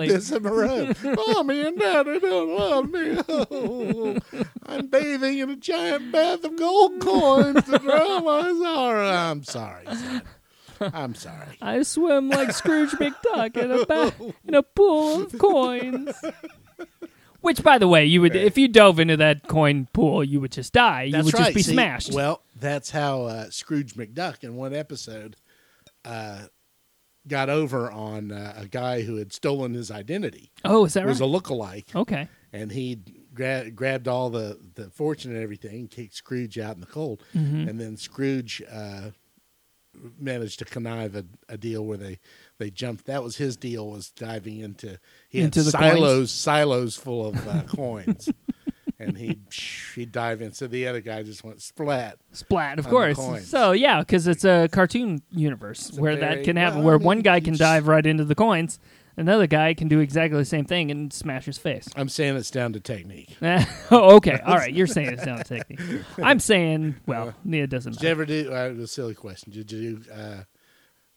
S1: exactly
S6: piss in my room. Mommy and Daddy don't love me. Oh, I'm bathing in a giant bath of gold coins. The drama is all right. I'm sorry. son. I'm sorry.
S1: i swim like scrooge mcduck in a ba- in a pool of coins which by the way you would if you dove into that coin pool you would just die you
S6: That's
S1: would
S6: right,
S1: just be
S6: see?
S1: smashed
S6: Well, that's how uh, Scrooge McDuck in one episode uh, got over on uh, a guy who had stolen his identity.
S1: oh is that
S6: It was
S1: right
S6: a lookalike,
S1: okay
S6: and he gra- grabbed all the, the fortune and everything, kicked Scrooge out in the cold,
S1: Mm-hmm.
S6: and then Scrooge uh, managed to connive a, a deal where they they jumped. That was his deal was diving into he had
S1: Into the coins?
S6: silos silos full of uh, coins. And he he dive in, so the other guy just went splat,
S1: Splat, of
S6: on the
S1: course.
S6: coins.
S1: So yeah, because it's a cartoon universe
S6: a
S1: where that
S6: very-
S1: can happen,
S6: well,
S1: where
S6: I mean,
S1: one guy
S6: you
S1: can
S6: just-
S1: dive right into the coins, another guy can do exactly the same thing and smash his face.
S6: I'm saying it's down to technique.
S1: oh, okay, all right. You're saying it's not a technique. I'm saying, well, yeah, it doesn't
S6: Did you
S1: matter.
S6: ever do? Uh, it was a silly question. Did you do? Uh,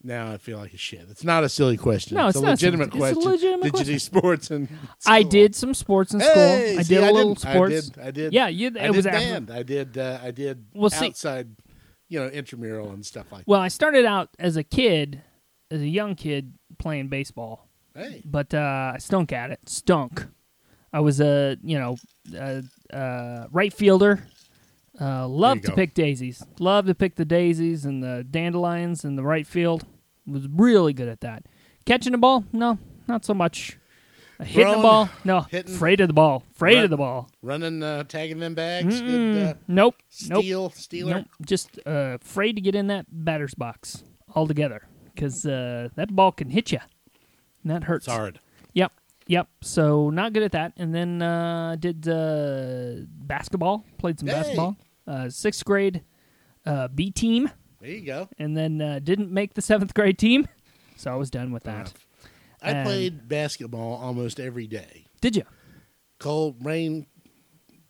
S6: now I feel like a shit. It's not a silly question.
S1: No,
S6: it's,
S1: it's
S6: a
S1: not a silly-
S6: legitimate
S1: it's a
S6: question.
S1: legitimate
S6: did you do sports and?
S1: I did some sports in school. I did a little sports.
S6: I did. I did.
S1: Yeah, you, it
S6: I
S1: was
S6: did
S1: after-
S6: band. I did. Uh, I did.
S1: Well, see-
S6: outside, you know, intramural and stuff like.
S1: Well, I started out as a kid, as a young kid playing baseball.
S6: that. Hey,
S1: but uh, I stunk at it. Stunk. I was a you know a, uh, right fielder. Uh, loved
S6: There you
S1: to
S6: go.
S1: pick daisies. Loved to pick the daisies and the dandelions in the right field. Was really good at that. Catching the ball? No, not so much. Uh, hitting the
S6: Throwing,
S1: ball? No,
S6: hitting.
S1: afraid of the ball. Afraid of
S6: Run.
S1: the ball.
S6: running, uh, tagging them bags. Good, uh,
S1: Nope. Nope.
S6: steal, stealer.
S1: Nope, just uh, afraid to get in that batter's box altogether because uh, that ball can hit you. And that hurts.
S6: It's hard.
S1: Yep, yep. So not good at that. And then uh, did uh, basketball. Played some
S6: Hey.
S1: basketball. Uh, sixth grade uh, B team,
S6: There you go.
S1: and then uh, didn't make the seventh grade team. So I was done with that.
S6: enough. I
S1: And-
S6: played basketball almost every day.
S1: Did you?
S6: cold rain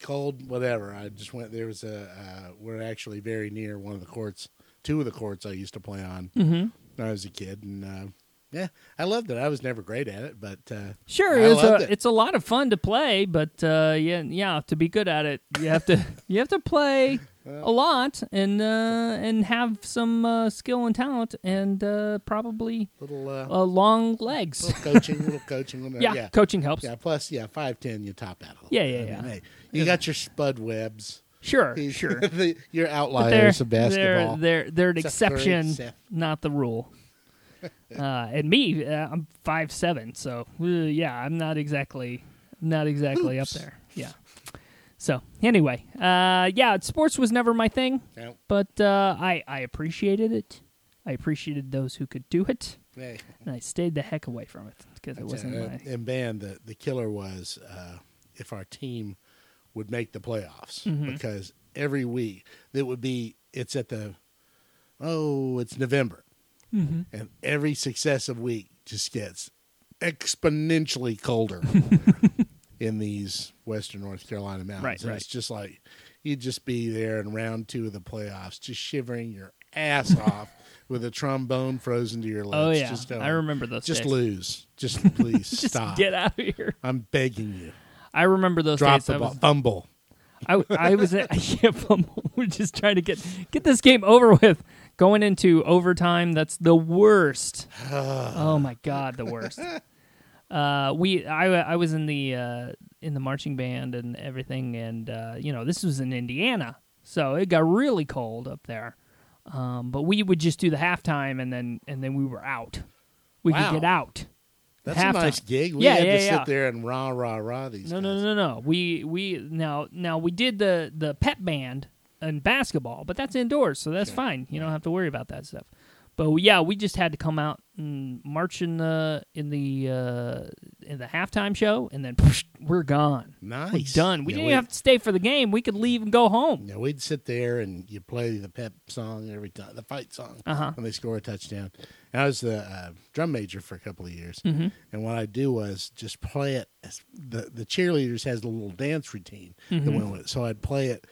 S6: cold, whatever. I just went. There was a. Uh, we're actually very near one of the courts, two of the courts I used to play on
S1: Mhm.
S6: when I was a kid, and uh, yeah, I loved it. I was never great at it, but uh,
S1: Sure,
S6: I
S1: it's
S6: loved
S1: a,
S6: it.
S1: it's a lot of fun to play, but uh, yeah, yeah, to be good at it, you have to you have to play a lot and uh, and have some uh, skill and talent and uh, probably
S6: little uh,
S1: uh, long legs.
S6: little coaching, little coaching, whatever.
S1: yeah,
S6: yeah,
S1: coaching helps.
S6: yeah. Plus, yeah, five ten, you top out. A little
S1: Yeah,
S6: bit.
S1: yeah,
S6: I mean,
S1: yeah.
S6: hey, you got your spud webs.
S1: Sure, sure.
S6: the, your
S1: But they're,
S6: outliers of
S1: they're
S6: basketball.
S1: they're they're an
S6: Except for
S1: exception,
S6: except-
S1: not the rule. uh, and me, uh, I'm five seven, so uh, yeah, I'm not exactly not exactly up there. Yeah. So anyway, uh, yeah, sports was never my thing,
S6: No,
S1: but uh, I I appreciated it. I appreciated those who could do it,
S6: hey.
S1: and I stayed the heck away from it because it wasn't
S6: and,
S1: my.
S6: and band the, the killer was uh, if our team would make the playoffs
S1: Mm-hmm.
S6: because every week it would be it's at the oh it's november
S1: Mm-hmm.
S6: and every successive week just gets exponentially colder in these western north carolina mountains
S1: Right,
S6: and
S1: right.
S6: it's just like you'd just be there in round two of the playoffs just shivering your ass off with a trombone frozen to your lips
S1: oh yeah,
S6: just
S1: I
S6: going,
S1: remember those.
S6: just
S1: days.
S6: lose. Just please
S1: Just
S6: stop.
S1: get out of here.
S6: I'm begging you.
S1: I remember those
S6: Drop
S1: days.
S6: the
S1: I was
S6: ball. Fumble.
S1: I, I was at, I can't fumble. We're just trying to get get this game over with. Going into overtime, that's the worst. oh my god, the worst. Uh, we I I was in the uh, in the marching band and everything, and uh, you know this was in Indiana, so it got really cold up there. Um, but we would just do the halftime, and then and then we were out. We
S6: Wow.
S1: could get out.
S6: That's
S1: Halftime.
S6: a nice gig. We
S1: Yeah,
S6: had
S1: yeah,
S6: to
S1: yeah.
S6: sit there and rah rah rah these
S1: No,
S6: guys.
S1: no, no, no. We we now now we did the the pep band and basketball, but that's indoors, so that's fine. You don't have to worry about that stuff. But we- yeah, we just had to come out and march in the in the uh, in the halftime show, and then we're gone.
S6: Nice.
S1: We're done. We
S6: Yeah,
S1: didn't even have to stay for the game. We could leave and go home.
S6: Yeah, we'd sit there and you play the pep song every time, the fight song
S1: Uh-huh.
S6: when they score a touchdown. And I was the uh, drum major for a couple of years, and what I do was just play it. As the The cheerleaders has a little dance routine that went with it, so I'd play it,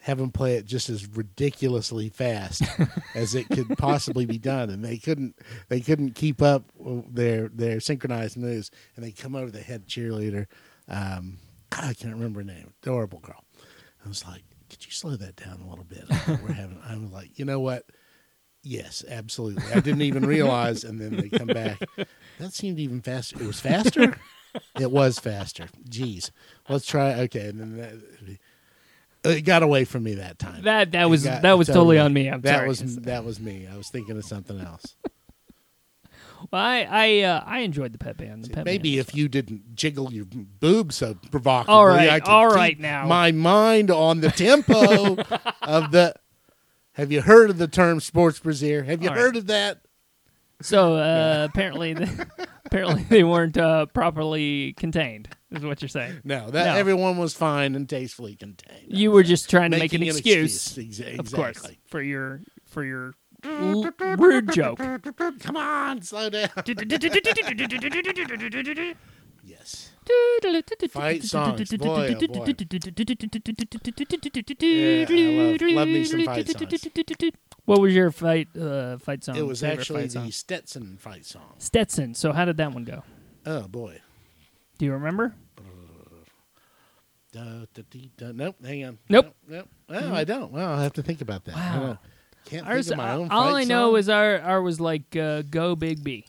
S6: have them play it just as ridiculously fast as it could possibly be done, and they couldn't they couldn't keep up their their synchronized moves, and they come over the head cheerleader. Um, God, I can't remember her name. Adorable girl. I was like, could you slow that down a little bit? I know We're having. I was like, you know what? Yes, absolutely. I didn't even realize, and then they come back. That seemed even faster. It was faster. it was faster. Jeez, let's try. Okay, and then that, it got away from me that time.
S1: That that
S6: It
S1: was
S6: got-
S1: that was
S6: it's
S1: totally
S6: over.
S1: on me. I'm
S6: that
S1: sorry.
S6: was that was me. I was thinking of something else.
S1: Well, I I, uh, I enjoyed the pep band. The pep
S6: Maybe
S1: band.
S6: if you didn't jiggle your boobs so provocatively,
S1: All right,
S6: I could
S1: all
S6: keep
S1: right now.
S6: My mind on the tempo of the. Have you heard of the term sports brazier? Have you
S1: All right.
S6: heard of that?
S1: So uh, apparently, the, apparently they weren't uh, properly contained. Is what you're saying?
S6: No, that
S1: No.
S6: everyone was fine and tastefully contained.
S1: You were just trying to make an
S6: Making
S1: excuse,
S6: Exa-
S1: of course,
S6: exactly.
S1: for your for your l- rude joke.
S6: Come on, slow down. yes. Fight songs. Boy, oh boy. Yeah, I love- love me some fight songs.
S1: What was your fight uh, fight song?
S6: It was
S1: favorite
S6: actually
S1: fight song?
S6: the Stetson fight song.
S1: Stetson. So how did that one go?
S6: Oh boy.
S1: Do you remember?
S6: Da, da, dee, da. Nope. Hang on.
S1: Nope. Mm-hmm.
S6: Nope. nope. No, I don't. Well, I have to think about that. I
S1: Wow.
S6: don't- Can't
S1: Ours,
S6: think of my own
S1: all
S6: fight
S1: I know
S6: song.
S1: is our our was like uh, go Big B,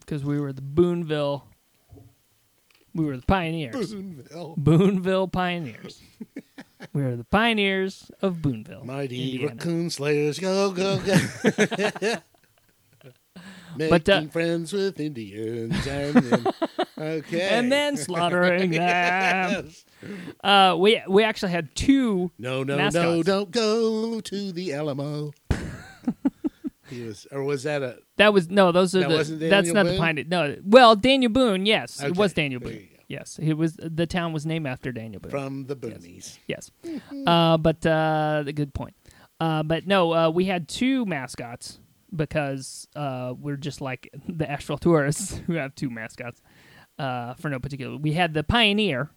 S1: because we were the Boonville. We were the pioneers.
S6: Boonville.
S1: Boonville pioneers. we were the pioneers of Boonville,
S6: Mighty
S1: Indiana.
S6: raccoon slayers, go go go! Making
S1: But, uh,
S6: friends with Indians, and then, okay,
S1: And then slaughtering them. Uh, we we actually had two.
S6: no, no, no,
S1: Mascots.
S6: don't go to the Alamo. he was, or was that a?
S1: That was no. Those are
S6: That
S1: the.
S6: wasn't
S1: that's
S6: Daniel
S1: not the
S6: Boone?
S1: pioneer. No. Well, Daniel Boone. Yes, it was
S6: Okay,
S1: Daniel
S6: there
S1: Boone.
S6: you go.
S1: Yes, it was. The town was named after Daniel Boone.
S6: From the boonies.
S1: Yes. uh, but uh, the good point. Uh, but no, uh, we had two mascots because uh, we're just like the Asheville tourists who have two mascots uh, for no particular. We had the pioneer,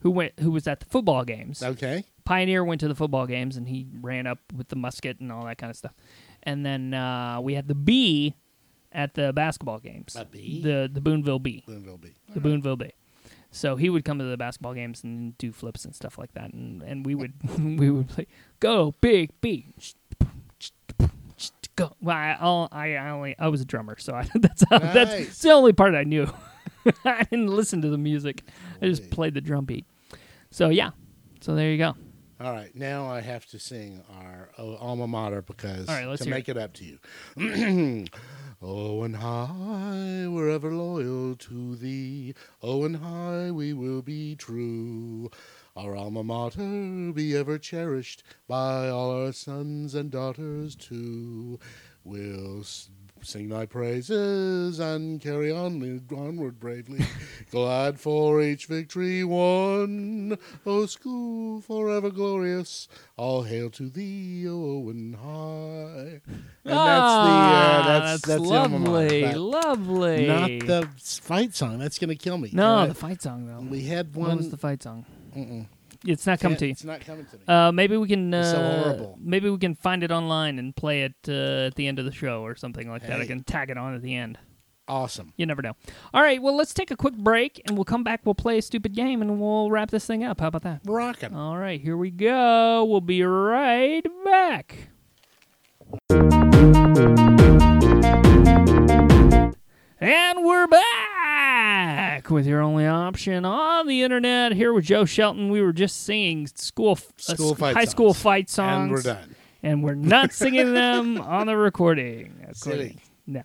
S1: who went who was at the football games.
S6: Okay.
S1: Pioneer went to the football games and he ran up with the musket and all that kind of stuff. And then uh, we had the bee at the basketball games.
S6: A bee?
S1: The the Boonville bee.
S6: Boonville Bee.
S1: The Boonville bee. So he would come to the basketball games and do flips and stuff like that, and, and we would we would play go big bee, go. Well, I, I'll- I, I only I was a drummer, so I, that's how, that's
S6: Nice.
S1: it's the only part I knew. I didn't listen to the music; I just
S6: Boy.
S1: played the drum beat. So yeah, so there you go.
S6: All right, now I have to sing our o- alma mater because
S1: All right, let's
S6: to
S1: hear
S6: make it. up to you. oh, and high, we're ever loyal to thee. Oh, and high, we will be true. Our alma mater be ever cherished by all our sons and daughters too. We'll s- sing thy praises and carry on onward bravely, glad for each victory won. O school forever glorious, all hail to thee, O Owen High. And uh,
S1: Ah,
S6: that's the uh, that's, that's, the alma mater.
S1: lovely,
S6: That-
S1: lovely.
S6: not the s- fight song. That's gonna kill me.
S1: no
S6: Uh,
S1: the fight song though.
S6: we had
S1: What
S6: one.
S1: was the fight song? It's not
S6: Come
S1: coming to you.
S6: It's not coming to me.
S1: Uh, maybe we can. Uh,
S6: It's so horrible.
S1: Maybe we can find it online and play it uh, at the end of the show or something like that. I
S6: Hey.
S1: can tag it on at the end.
S6: awesome.
S1: You never know. All right, well, let's take a quick break and we'll come back. We'll play a stupid game and we'll wrap this thing up. How about that?
S6: Rockin'.
S1: All right, here we go. We'll be right back. And we're back with your only option on the internet. Here with Joe Shelton. We were just singing school, f- uh,
S6: School
S1: sc-
S6: fight
S1: high school
S6: songs.
S1: fight songs,
S6: And we're done.
S1: And we're not singing them on the recording. according-
S6: Silly.
S1: Nah.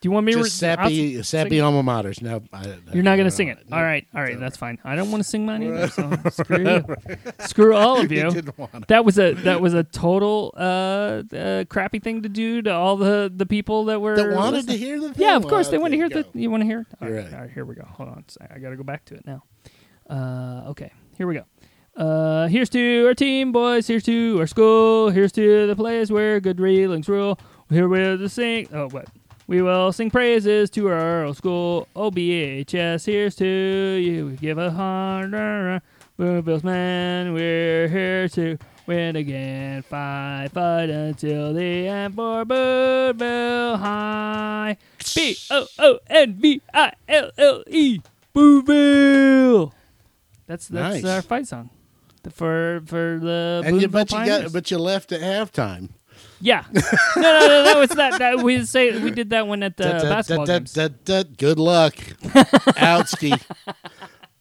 S1: Do you want me to
S6: Just sappy, sappy alma maters. No, I, I-
S1: you're not
S6: no,
S1: gonna sing it.
S6: no.
S1: all right, all right, that's fine. I don't want to sing mine either. So screw you, screw all of
S6: You
S1: you.
S6: didn't want
S1: That was a that was a total uh, uh crappy thing to do to all the the people that were
S6: that wanted
S1: listening.
S6: to hear the. Thing?
S1: Yeah, of course they
S6: Well,
S1: want to
S6: there
S1: hear
S6: you
S1: the.
S6: go.
S1: You want to hear? it? All
S6: You're
S1: right,
S6: right.
S1: all right, here we go. Hold on, a sec. I gotta go back to it now. Uh, okay, here we go. Uh, here's to our team, boys. Here's to our school. Here's to the place where good reelings rule. Here we will sing. Oh, what? We will sing praises to our old school. OBHS, here's to you. We give a hundred. We're Bills men. We're here to win again. Fight, fight until the end for Boo Bill High. B O O N B I L L E. Booville. That's that's
S6: Nice.
S1: our fight song The- for for the
S6: And
S1: Boonville
S6: you, but you
S1: Pioneers.
S6: got, but you left at halftime.
S1: yeah no no no that was that, that we say we did that one at the
S6: Da- da-
S1: basketball
S6: da-
S1: games.
S6: da- da- Good luck, Outski.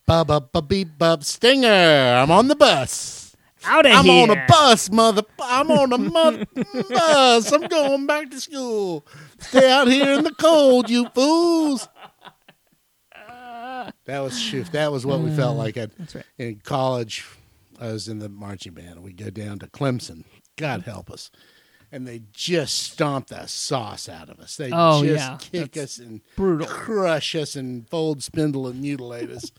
S6: Ba ba ba beep bub stinger. I'm on the bus.
S1: Out of
S6: I'm
S1: here!
S6: on a bus, mother. I'm on a mother bus. I'm going back to school. Stay out here in the cold, you fools. That was shoot. That was what we felt like at
S1: Uh, That's right.
S6: in college. I was in the marching band. We go down to Clemson. God help us. And they just stomped the sauce out of us. They
S1: Oh,
S6: just
S1: yeah.
S6: kick us and
S1: Brutal.
S6: crush us and fold, spindle, and mutilate us.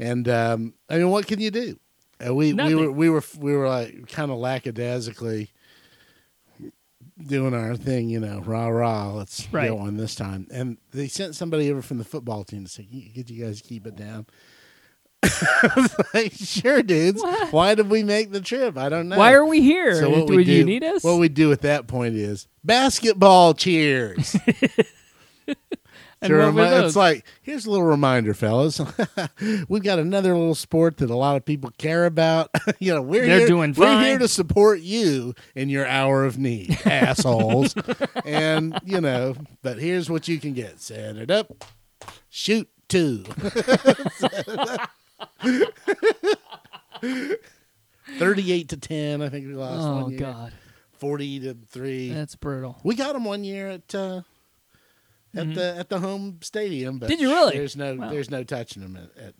S6: and um, I mean, what can you do? And we, we
S1: Nothing.
S6: were we were we were like kind of lackadaisically doing our thing, you know, rah rah, let's
S1: Right.
S6: go on this time. And they sent somebody over from the football team to say, "You- "Could you guys keep it down?" I was like, "Sure, dudes. Why did we make the trip? I don't know.
S1: Why are we here?
S6: So what
S1: do
S6: we
S1: you
S6: do-
S1: need us?
S6: What we do at that point is basketball cheers.
S1: And
S6: To
S1: what were
S6: remi-
S1: those?
S6: it's like here's a little reminder, fellas. We've got another little sport that a lot of people care about. you know, we're
S1: They're
S6: here,
S1: doing
S6: We're here
S1: fine.
S6: to support you in your hour of need, assholes. and you know, but here's what you can get: set it up, shoot two. Thirty-eight to ten, I think we lost. one
S1: oh
S6: year.
S1: god,
S6: Forty to three.
S1: that's brutal.
S6: We got them one year at uh, at the at the home stadium. But
S1: Mm-hmm. Did you really?
S6: There's no
S1: Wow.
S6: there's no touching them at, at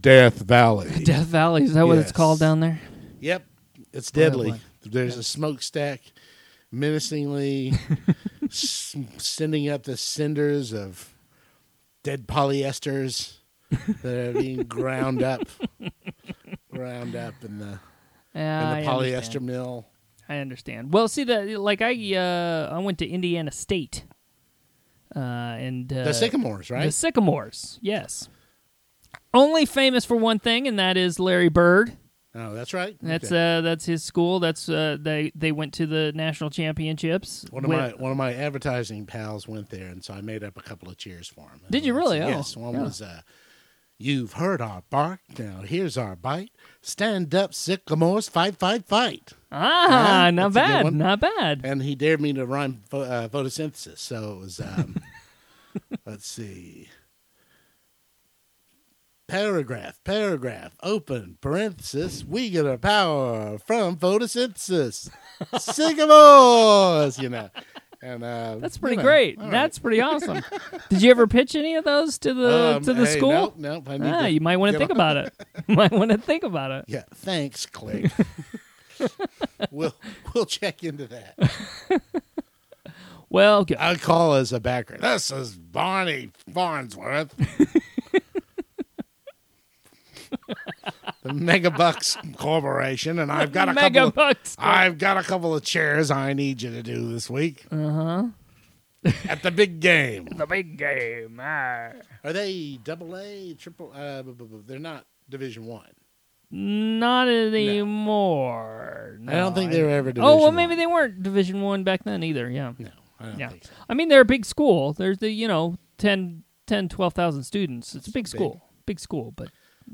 S6: Death Valley.
S1: Death Valley is that what it's
S6: Yes.
S1: called down there?
S6: yep, it's
S1: Boy, oh
S6: deadly.
S1: boy.
S6: There's a smokestack menacingly s- sending up the cinders of dead polyesters that are being ground up, ground up in the in the
S1: Yeah, I
S6: polyester
S1: Understand.
S6: mill.
S1: I understand. Well, see the like I uh I went to Indiana State. Uh, and uh,
S6: The sycamores, right?
S1: The Sycamores, yes. only famous for one thing, and that is Larry Bird.
S6: Oh, that's right.
S1: That's
S6: Okay.
S1: uh, that's his school. That's uh, they they went to the national championships.
S6: one of
S1: with-
S6: my one of my advertising pals went there, and so I made up a couple of cheers for him.
S1: Did you really? Oh,
S6: Yes. One
S1: yeah.
S6: was, uh, "You've heard our bark, now here's our bite. Stand up, sycamores, fight, fight, fight."
S1: ah,
S6: Yeah,
S1: not
S6: that's a good
S1: bad,
S6: one.
S1: not bad.
S6: And he dared me to rhyme pho- uh, photosynthesis, so it was. Um, let's see. Paragraph, paragraph, open parenthesis. We get our power from photosynthesis. Sycamores, you know. And uh,
S1: That's
S6: you
S1: pretty
S6: know,
S1: great.
S6: all right.
S1: That's pretty awesome. Did you ever pitch any of those to the
S6: Um,
S1: to the
S6: hey,
S1: school?
S6: Nope, nope. I need
S1: Ah,
S6: to-
S1: you might want to
S6: get
S1: think
S6: on-
S1: about it. You might want to think about it.
S6: Yeah, thanks, Clay. we'll we'll check into that.
S1: Well, good.
S6: I'll call as a backer. This is Barney Farnsworth. the Megabucks Corporation, and I've got a
S1: Mega
S6: couple. Of,
S1: bucks.
S6: I've got a couple of chairs I need you to do this week
S1: Uh huh.
S6: at the big game.
S1: The big game. ah.
S6: Are they double A, triple? Uh, b- b- b- they're not Division One.
S1: Not anymore.
S6: I don't
S1: No,
S6: think they were ever. Division
S1: Oh well,
S6: One.
S1: maybe they weren't Division One back then either. Yeah.
S6: No, I don't
S1: Yeah.
S6: think so.
S1: I mean, they're a big school. There's the you know 10, 10 12,000 students. It's a big
S6: big.
S1: school. Big school, but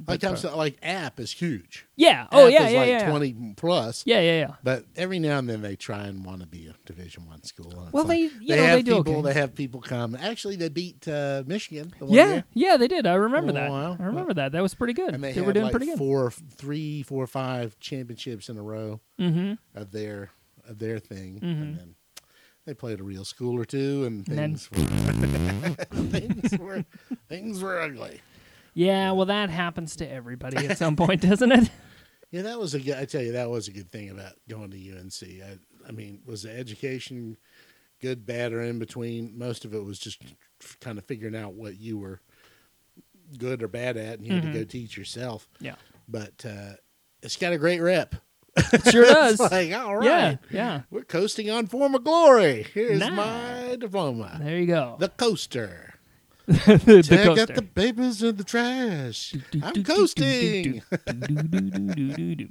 S6: Like
S1: but,
S6: I'm
S1: uh,
S6: saying, like app is huge.
S1: yeah. Oh
S6: App
S1: yeah,
S6: is
S1: yeah,
S6: like
S1: yeah.
S6: twenty plus.
S1: yeah, yeah, yeah.
S6: But every now and then they try and want to be a Division One school. and it's
S1: Well,
S6: like-
S1: they- you know,
S6: have
S1: they do
S6: people.
S1: okay.
S6: They have people come. Actually, they beat uh, Michigan. The one
S1: Yeah,
S6: year, Oh,
S1: yeah, they did. I remember that.
S6: Wow.
S1: I remember that. That was pretty good.
S6: and they,
S1: were
S6: had
S1: doing
S6: like
S1: pretty good.
S6: four, three, four, five championships in a row
S1: mm-hmm.
S6: of their of their thing,
S1: Mhm.
S6: and then they played a real school or two, and
S1: And then-
S6: things were things were things were ugly.
S1: Yeah, well, that happens to everybody at some point, doesn't it?
S6: Yeah, that was a good. I tell you, that was a good thing about going to UNC. I, I mean, was the education good, bad, or in between? Most of it was just kind of figuring out what you were good or bad at, and you had
S1: Mhm.
S6: to go teach yourself.
S1: Yeah,
S6: But uh, it's got a great rep.
S1: it sure does.
S6: It's like, all right,
S1: Yeah, yeah.
S6: we're coasting on former glory. Here's
S1: Nice.
S6: my diploma,
S1: There you go.
S6: the coaster.
S1: The, the
S6: Check out
S1: coaster.
S6: the papers in the trash.
S1: Do, do,
S6: I'm
S1: do, do,
S6: coasting.
S1: do, do, do, do, do, do, do.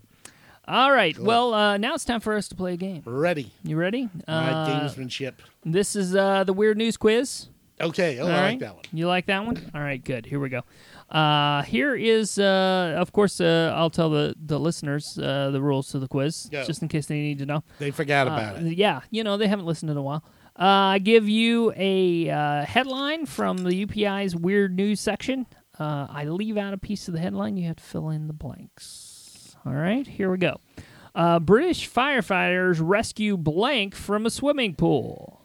S1: All right. Well, uh, now it's time for us to play a game.
S6: Ready.
S1: You ready?
S6: My
S1: Uh,
S6: gamesmanship.
S1: this is uh, the weird news quiz.
S6: Okay. Oh,
S1: All
S6: I
S1: right.
S6: like that one.
S1: You like that one? All right, good. Here we go. Uh, here is, uh, of course, uh, I'll tell the the listeners uh, the rules to the quiz,
S6: Go.
S1: just in case they need to know.
S6: They forgot
S1: Uh,
S6: about it.
S1: Yeah, you know they haven't listened in a while. Uh, I give you a uh, headline from the UPI's weird news section. Uh, I leave out a piece of the headline. You have to fill in the blanks. All right, here we go. Uh, British firefighters rescue blank from a swimming pool.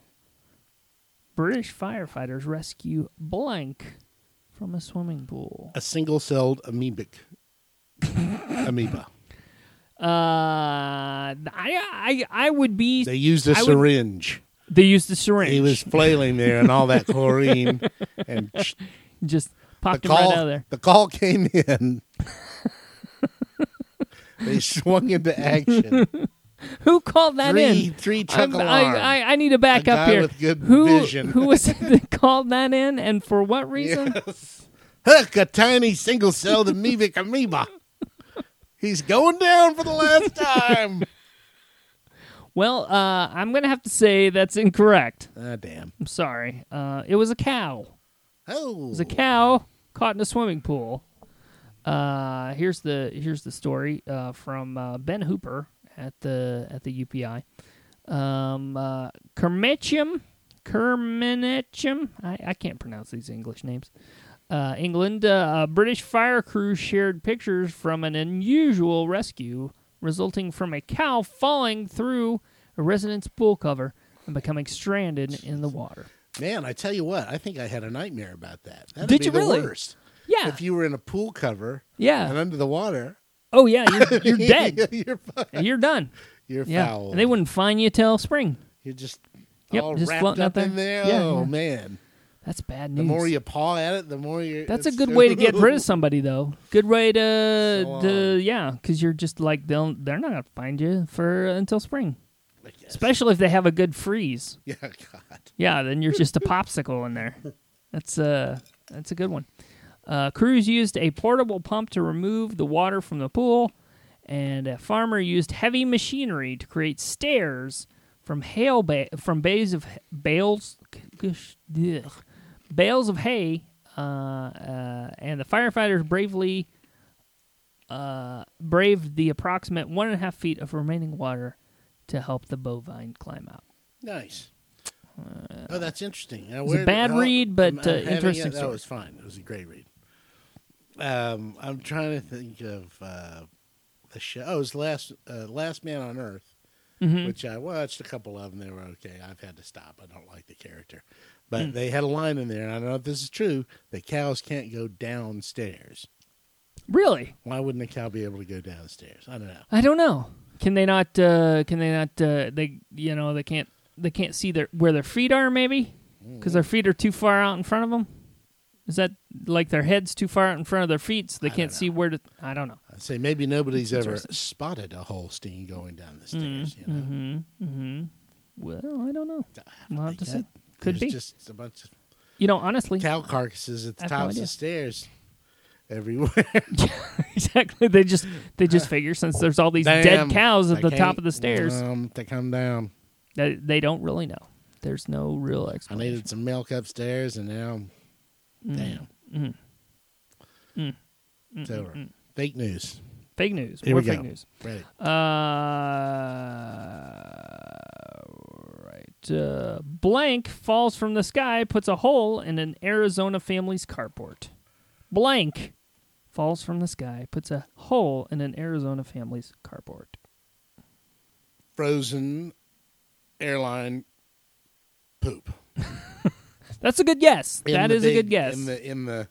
S1: British firefighters rescue blank from a swimming pool.
S6: A single-celled amoebic amoeba.
S1: Uh, I I I would be.
S6: They used a
S1: I would-
S6: syringe.
S1: They used the syringe.
S6: He was flailing there, and all that chlorine, and
S1: just
S6: the
S1: popped him
S6: call
S1: right out of there.
S6: the call came in. they swung into action.
S1: Who called that
S6: Three,
S1: in?
S6: three took
S1: I'm-
S6: alarm.
S1: I, I, I need to back
S6: A
S1: up
S6: guy
S1: here.
S6: with good
S1: who
S6: vision.
S1: who was it that called that in, and for what reason?
S6: Hook a tiny single-celled amoebic amoeba. He's going down for the last time.
S1: Well, uh, I'm gonna have to say that's incorrect.
S6: Ah, damn.
S1: I'm sorry. Uh, it was a cow.
S6: Oh,
S1: It was a cow caught in a swimming pool. Uh, here's the here's the story uh, from uh, Ben Hooper at the at the UPI. Um, uh, Kermitium, Kermitium. I, I can't pronounce these English names. Uh, England. Uh, a British fire crew shared pictures from an unusual rescue resulting from a cow falling through a resident's pool cover and becoming stranded in the water.
S6: man! I tell you what, I think I had a nightmare about that. That'd
S1: Did
S6: be
S1: you
S6: the
S1: really?
S6: Worst.
S1: Yeah.
S6: If you were in a pool cover
S1: yeah.
S6: and under the water,
S1: Oh yeah, you're, you're dead.
S6: you're fu-
S1: And you're done.
S6: you're
S1: Yeah,
S6: foul.
S1: and they wouldn't find you till spring.
S6: You're just
S1: Yep,
S6: all
S1: just
S6: wrapped
S1: floating
S6: up
S1: out
S6: in there.
S1: there. Yeah,
S6: oh
S1: yeah.
S6: man!
S1: That's bad news.
S6: The more you paw at it, the more you.
S1: That's a good way to get rid of somebody, though. Good way to,
S6: So um,
S1: to
S6: long.
S1: yeah, because you're just like they'll they're not gonna find you for until spring, especially if they have a good freeze.
S6: Yeah, God.
S1: Yeah, then you're just a popsicle in there. That's uh that's a good one. Uh, crews used a portable pump to remove the water from the pool, and a farmer used heavy machinery to create stairs from hail ba- from bays of bales gosh, ugh, bales of hay. Uh, uh, and the firefighters bravely uh, braved the approximate one and a half feet of remaining water to help the bovine climb out.
S6: Nice. oh, that's interesting. Now,
S1: Uh, was a bad
S6: how-
S1: read, but, uh,
S6: having
S1: interesting
S6: It, that
S1: story.
S6: was fine. It was a great read. Um, I'm trying to think of uh, a show. Oh, it was last uh, Last Man on Earth,
S1: Mhm.
S6: which I watched a couple of, and they were okay. I've had to stop. I don't like the character, but
S1: Mm.
S6: they had a line in there, and I don't know if this is true. The cows can't go downstairs.
S1: Really,
S6: Why wouldn't a cow be able to go downstairs? I don't know.
S1: I don't know. Can they not? Uh, can they not? Uh, they you know they can't they can't see their where their feet are maybe because their feet are too far out in front of them. Is that like their heads too far out in front of their feet, so they can't see where to? I don't know.
S6: I say maybe nobody's ever
S1: interesting.
S6: spotted a Holstein going down the stairs. You know.
S1: Mm-hmm. Mm-hmm. Well, I don't know. We'll have to see.
S6: That-
S1: Could
S6: there's
S1: be.
S6: just a bunch of
S1: You know, honestly,
S6: cow carcasses
S1: I
S6: at the
S1: have no
S6: tops of
S1: idea.
S6: the stairs everywhere.
S1: exactly. They just they just figure since there's all these
S6: Damn,
S1: dead cows at
S6: I
S1: the top
S6: can't-
S1: of the stairs,
S6: Um, they come down.
S1: they, they don't really know. There's no real
S6: I
S1: explanation.
S6: needed some milk upstairs, and now,
S1: Mm.
S6: damn. It's
S1: Mm.
S6: over. Fake news.
S1: Fake news.
S6: Here
S1: More
S6: we go.
S1: fake news.
S6: Ready.
S1: Uh, right. Uh, blank falls from the sky, puts a hole in an Arizona family's carport. Blank falls from the sky, puts a hole in an Arizona family's carport.
S6: Frozen airline poop.
S1: That's a good guess.
S6: In
S1: that
S6: the
S1: is a
S6: big-
S1: good guess.
S6: In the in the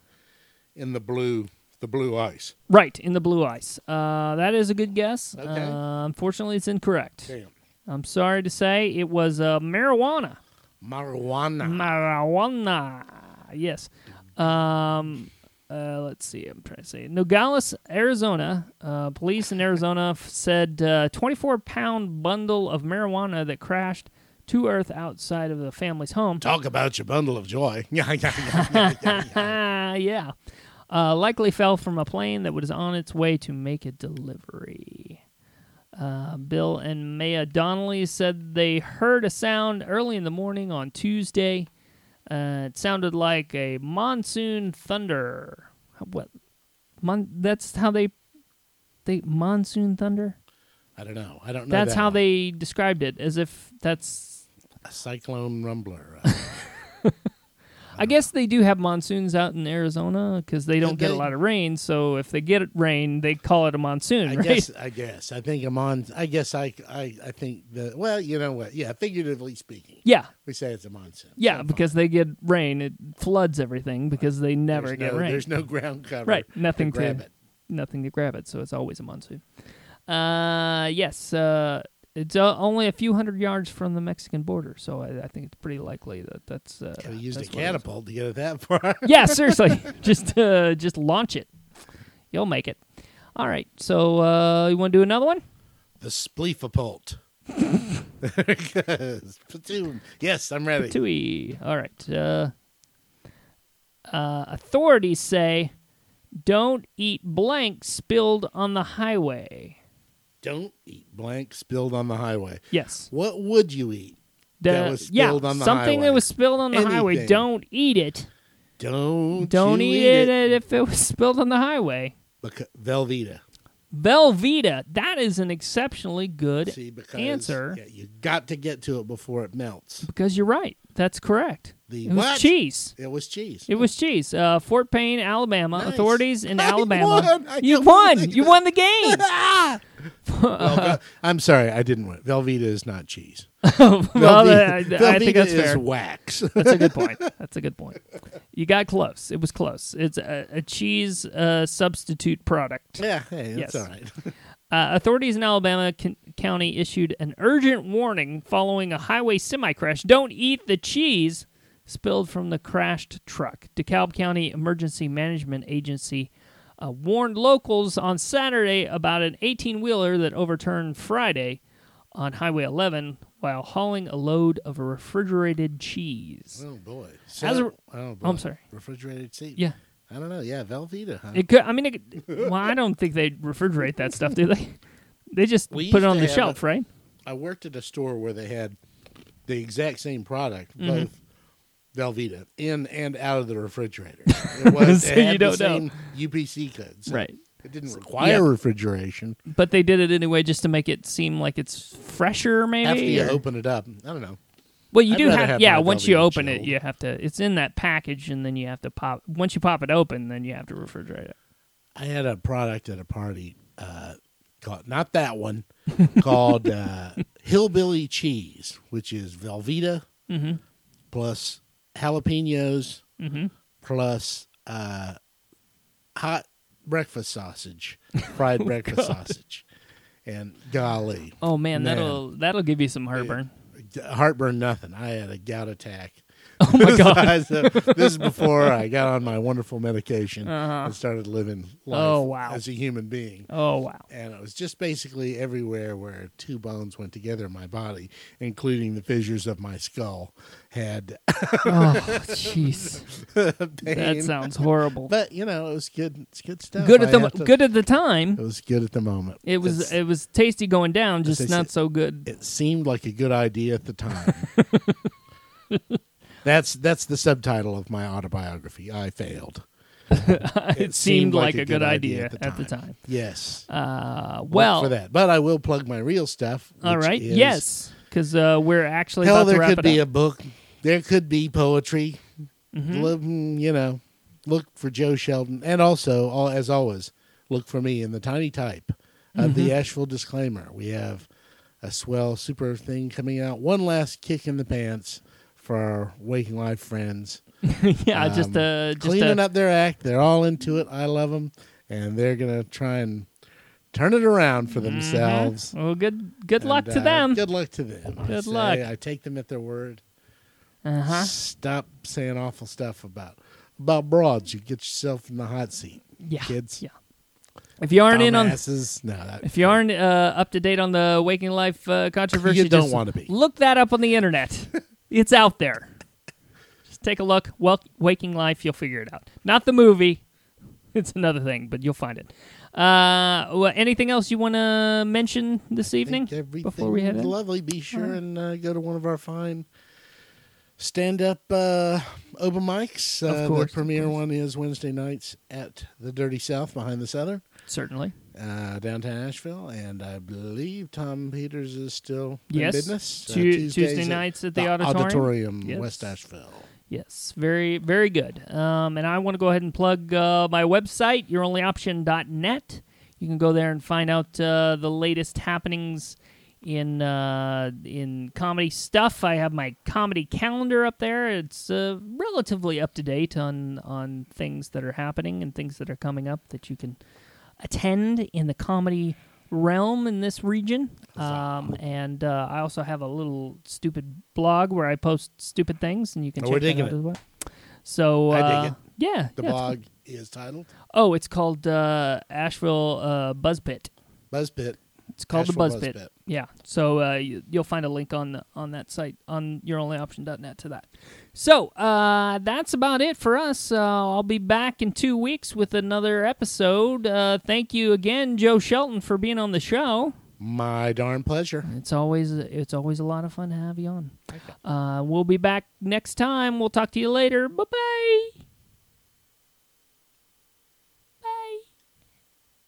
S6: in the blue the blue ice.
S1: right in the blue ice. Uh, that is a good guess.
S6: Okay.
S1: Uh, unfortunately, it's incorrect.
S6: Damn.
S1: I'm sorry to say, it was uh, marijuana.
S6: Marijuana.
S1: Marijuana. Yes. Um, uh, let's see. I'm trying to say Nogales, Arizona. Uh, police in Arizona f- said uh, 24 pound bundle of marijuana that crashed to earth outside of the family's home.
S6: Talk about your bundle of joy. Yeah, yeah, yeah, yeah, yeah, yeah.
S1: Ah, yeah. Uh, likely fell from a plane that was on its way to make a delivery. Uh, Bill and Maya Donnelly said they heard a sound early in the morning on Tuesday. Uh, it sounded like a monsoon thunder. What? Mon- that's how they they monsoon thunder.
S6: I don't know. I don't know.
S1: That's
S6: that
S1: how
S6: one.
S1: they described it, as if that's
S6: A cyclone rumbler. uh,
S1: I guess they do have monsoons out in Arizona because they don't
S6: Did
S1: get a
S6: they?
S1: lot of rain. So if they get rain, they call it a monsoon,
S6: I
S1: right?
S6: guess. I guess. I think I'm on. I guess. I. I. I think the. Well, you know what? Yeah, figuratively speaking,
S1: Yeah,
S6: we say it's a monsoon.
S1: yeah,
S6: So fine.
S1: because they get rain, it floods everything because they never
S6: there's
S1: get
S6: no,
S1: rain.
S6: There's no ground cover.
S1: Right, nothing to-
S6: grab it.
S1: nothing to grab it, so it's always a monsoon. Uh, yes, uh, it's uh, only a few hundred yards from the Mexican border, so I, I think it's pretty likely that that's. Uh,
S6: Could have used a
S1: that's what it was.
S6: catapult to get it that far.
S1: yeah, seriously, just uh, just launch it. You'll make it. All right, so uh, you want to do another one?
S6: the spleefapult. Platoon. Yes, I'm ready.
S1: Tui. All right. Uh, uh, authorities say don't eat blank spilled on the highway.
S6: Don't eat blank spilled on the highway.
S1: Yes.
S6: What would you eat?
S1: The-
S6: That was
S1: yeah,
S6: spilled on the
S1: something that
S6: highway.
S1: was spilled on the highway.
S6: Anything.
S1: Don't eat it.
S6: Don't
S1: Don't
S6: you
S1: eat, it, if it was spilled on the highway.
S6: Beca- Velveeta.
S1: Velveeta. That is an exceptionally good
S6: See, because
S1: answer
S6: yeah, you got to get to it before it melts.
S1: because you're right. That's correct. it
S6: The
S1: was
S6: what?
S1: cheese.
S6: It was cheese.
S1: It was cheese. Uh, Fort Payne, Alabama.
S6: Nice.
S1: Authorities in
S6: I
S1: Alabama.
S6: won. I
S1: You
S6: can't
S1: won.
S6: believe Ah!
S1: You
S6: it.
S1: won the game.
S6: Well, Vel- I'm sorry, I didn't win. Velveeta is not cheese.
S1: well,
S6: Velveeta-
S1: I, I think
S6: Velveeta
S1: that's
S6: is
S1: fair.
S6: wax.
S1: That's a good point. That's a good point. You got close. It was close. It's a, a cheese uh, substitute product.
S6: yeah, hey,
S1: Yes.
S6: that's all right.
S1: Uh, authorities in Alabama con- County issued an urgent warning following a highway semi crash. Don't eat the cheese spilled from the crashed truck. DeKalb County Emergency Management Agency uh, warned locals on Saturday about an 18 wheeler that overturned Friday on Highway 11 while hauling a load of refrigerated cheese.
S6: Oh boy.
S1: As a-
S6: oh boy.
S1: I'm sorry.
S6: Refrigerated cheese.
S1: Yeah.
S6: I don't know. Yeah, Velveeta. Huh?
S1: It could. I mean, it could, well, I don't think they refrigerate that stuff, do they? They just
S6: We
S1: put
S6: used
S1: it on
S6: to
S1: the
S6: have
S1: shelf,
S6: a-
S1: right?
S6: I worked at a store where they had the exact same product,
S1: Mhm.
S6: both Velveeta, in and out of the refrigerator. It was
S1: So
S6: it had
S1: you don't
S6: the
S1: know.
S6: same UPC codes.
S1: Right.
S6: It didn't require refrigeration.
S1: But they did it anyway, just to make it seem like it's fresher, maybe.
S6: After you
S1: or-
S6: open it up, I don't know.
S1: Well, you
S6: I'd
S1: do
S6: rather
S1: have,
S6: have
S1: yeah.
S6: my
S1: Once you
S6: Velveeta
S1: open it,
S6: chilled.
S1: you have to. It's in that package, and then you have to pop. Once you pop it open, then you have to refrigerate it.
S6: I had a product at a party uh, called not that one called uh, hillbilly cheese, which is Velveeta
S1: Mm-hmm.
S6: plus jalapenos
S1: Mm-hmm.
S6: plus uh, hot breakfast sausage, fried breakfast sausage, and golly,
S1: Oh man,
S6: Man.
S1: that'll that'll give you some heartburn.
S6: heartburn nothing. I had a gout attack.
S1: Oh my god.
S6: this is before I got on my wonderful medication
S1: Uh-huh.
S6: and started living life
S1: Oh, wow.
S6: as a human being.
S1: Oh wow.
S6: and it was just basically everywhere where two bones went together in my body, including the fissures of my skull, had
S1: Oh jeez.
S6: pain.
S1: That sounds horrible.
S6: but you know, it was good. It's good stuff.
S1: good at
S6: I
S1: the
S6: have to- Oh,
S1: good at the
S6: It
S1: time.
S6: was good at the moment.
S1: It was
S6: It's-
S1: it was tasty going down, just
S6: It's-
S1: not so good.
S6: it seemed like a good idea at the time. that's that's the subtitle of my autobiography. I failed.
S1: It, seemed like a good idea at the time.
S6: Yes.
S1: Uh,
S6: Look
S1: well,
S6: for that, but I will plug my real stuff.
S1: all
S6: which
S1: right,
S6: is-
S1: yes, because uh, we're actually
S6: Hell,
S1: about to
S6: there
S1: wrap
S6: could
S1: it
S6: be
S1: up. Mm-hmm.
S6: a book. There could be poetry. Look, mm, you know, look for Joe Sheldon, and also, all, as always, look for me in the tiny type of the
S1: Mm-hmm.
S6: Asheville disclaimer. We have a swell, super thing coming out. One last kick in the pants for our waking life friends.
S1: yeah, just
S6: um,
S1: a just
S6: Cleaning
S1: a,
S6: up their act. They're all into it. I love them, and they're gonna try and turn it around for themselves.
S1: Mm-hmm. Well, good good luck
S6: And,
S1: to
S6: uh,
S1: them.
S6: Good luck to them. I
S1: Good
S6: say.
S1: luck.
S6: I take them at their word.
S1: Uh-huh.
S6: Stop saying awful stuff about about broads. You get yourself in the hot seat.
S1: Yeah,
S6: Kids.
S1: Yeah. If you aren't in on
S6: Dumbasses. No, that,
S1: If you aren't uh, up to date on the Waking Life uh, controversy,
S6: You
S1: just
S6: don't wanna be.
S1: Look that up on the internet. it's out there. Just take a look. Wel- Waking Life, you'll figure it out. Not the movie. It's another thing, but you'll find it. Uh, well, anything else you want to mention this
S6: I think
S1: evening
S6: everything
S1: before we head
S6: is
S1: in?
S6: lovely. Be sure and uh, go to one of our fine stand up uh, open mics. Uh,
S1: course, of
S6: the premier
S1: course.
S6: one is Wednesday nights at the Dirty South behind the Southern.
S1: Certainly.
S6: uh, downtown Asheville, and I believe Tom Peters is still
S1: Yes.
S6: in business. uh,
S1: Tu- Tuesday nights at the Auditorium. Yes.
S6: West Asheville.
S1: Yes, very, very good. Um, and I want to go ahead and plug uh, my website, youronlyoption.net. You can go there and find out uh, the latest happenings in uh, in comedy stuff. I have my comedy calendar up there. It's uh, relatively up to date on on things that are happening and things that are coming up that you can attend in the comedy realm in this region. Um, and uh, I also have a little stupid blog where I post stupid things, and you can
S6: Oh,
S1: check
S6: we're
S1: that
S6: digging
S1: out
S6: it.
S1: as well. So
S6: I
S1: uh,
S6: dig it.
S1: yeah,
S6: The
S1: yeah, it's
S6: blog is titled
S1: cool. Oh, it's called uh, Asheville uh, Buzzpit.
S6: Buzzpit.
S1: It's called
S6: Asheville
S1: the Buzzpit.
S6: Buzzpit.
S1: Yeah. So uh, you, you'll find a link on the, on that site on youronlyoption.net to that. So uh, that's about it for us. Uh, I'll be back in two weeks with another episode. Uh, thank you again, Joe Shelton, for being on the show.
S6: My darn pleasure.
S1: It's always it's always a lot of fun to have you on. Uh, we'll be back next time. We'll talk to you later. Bye bye.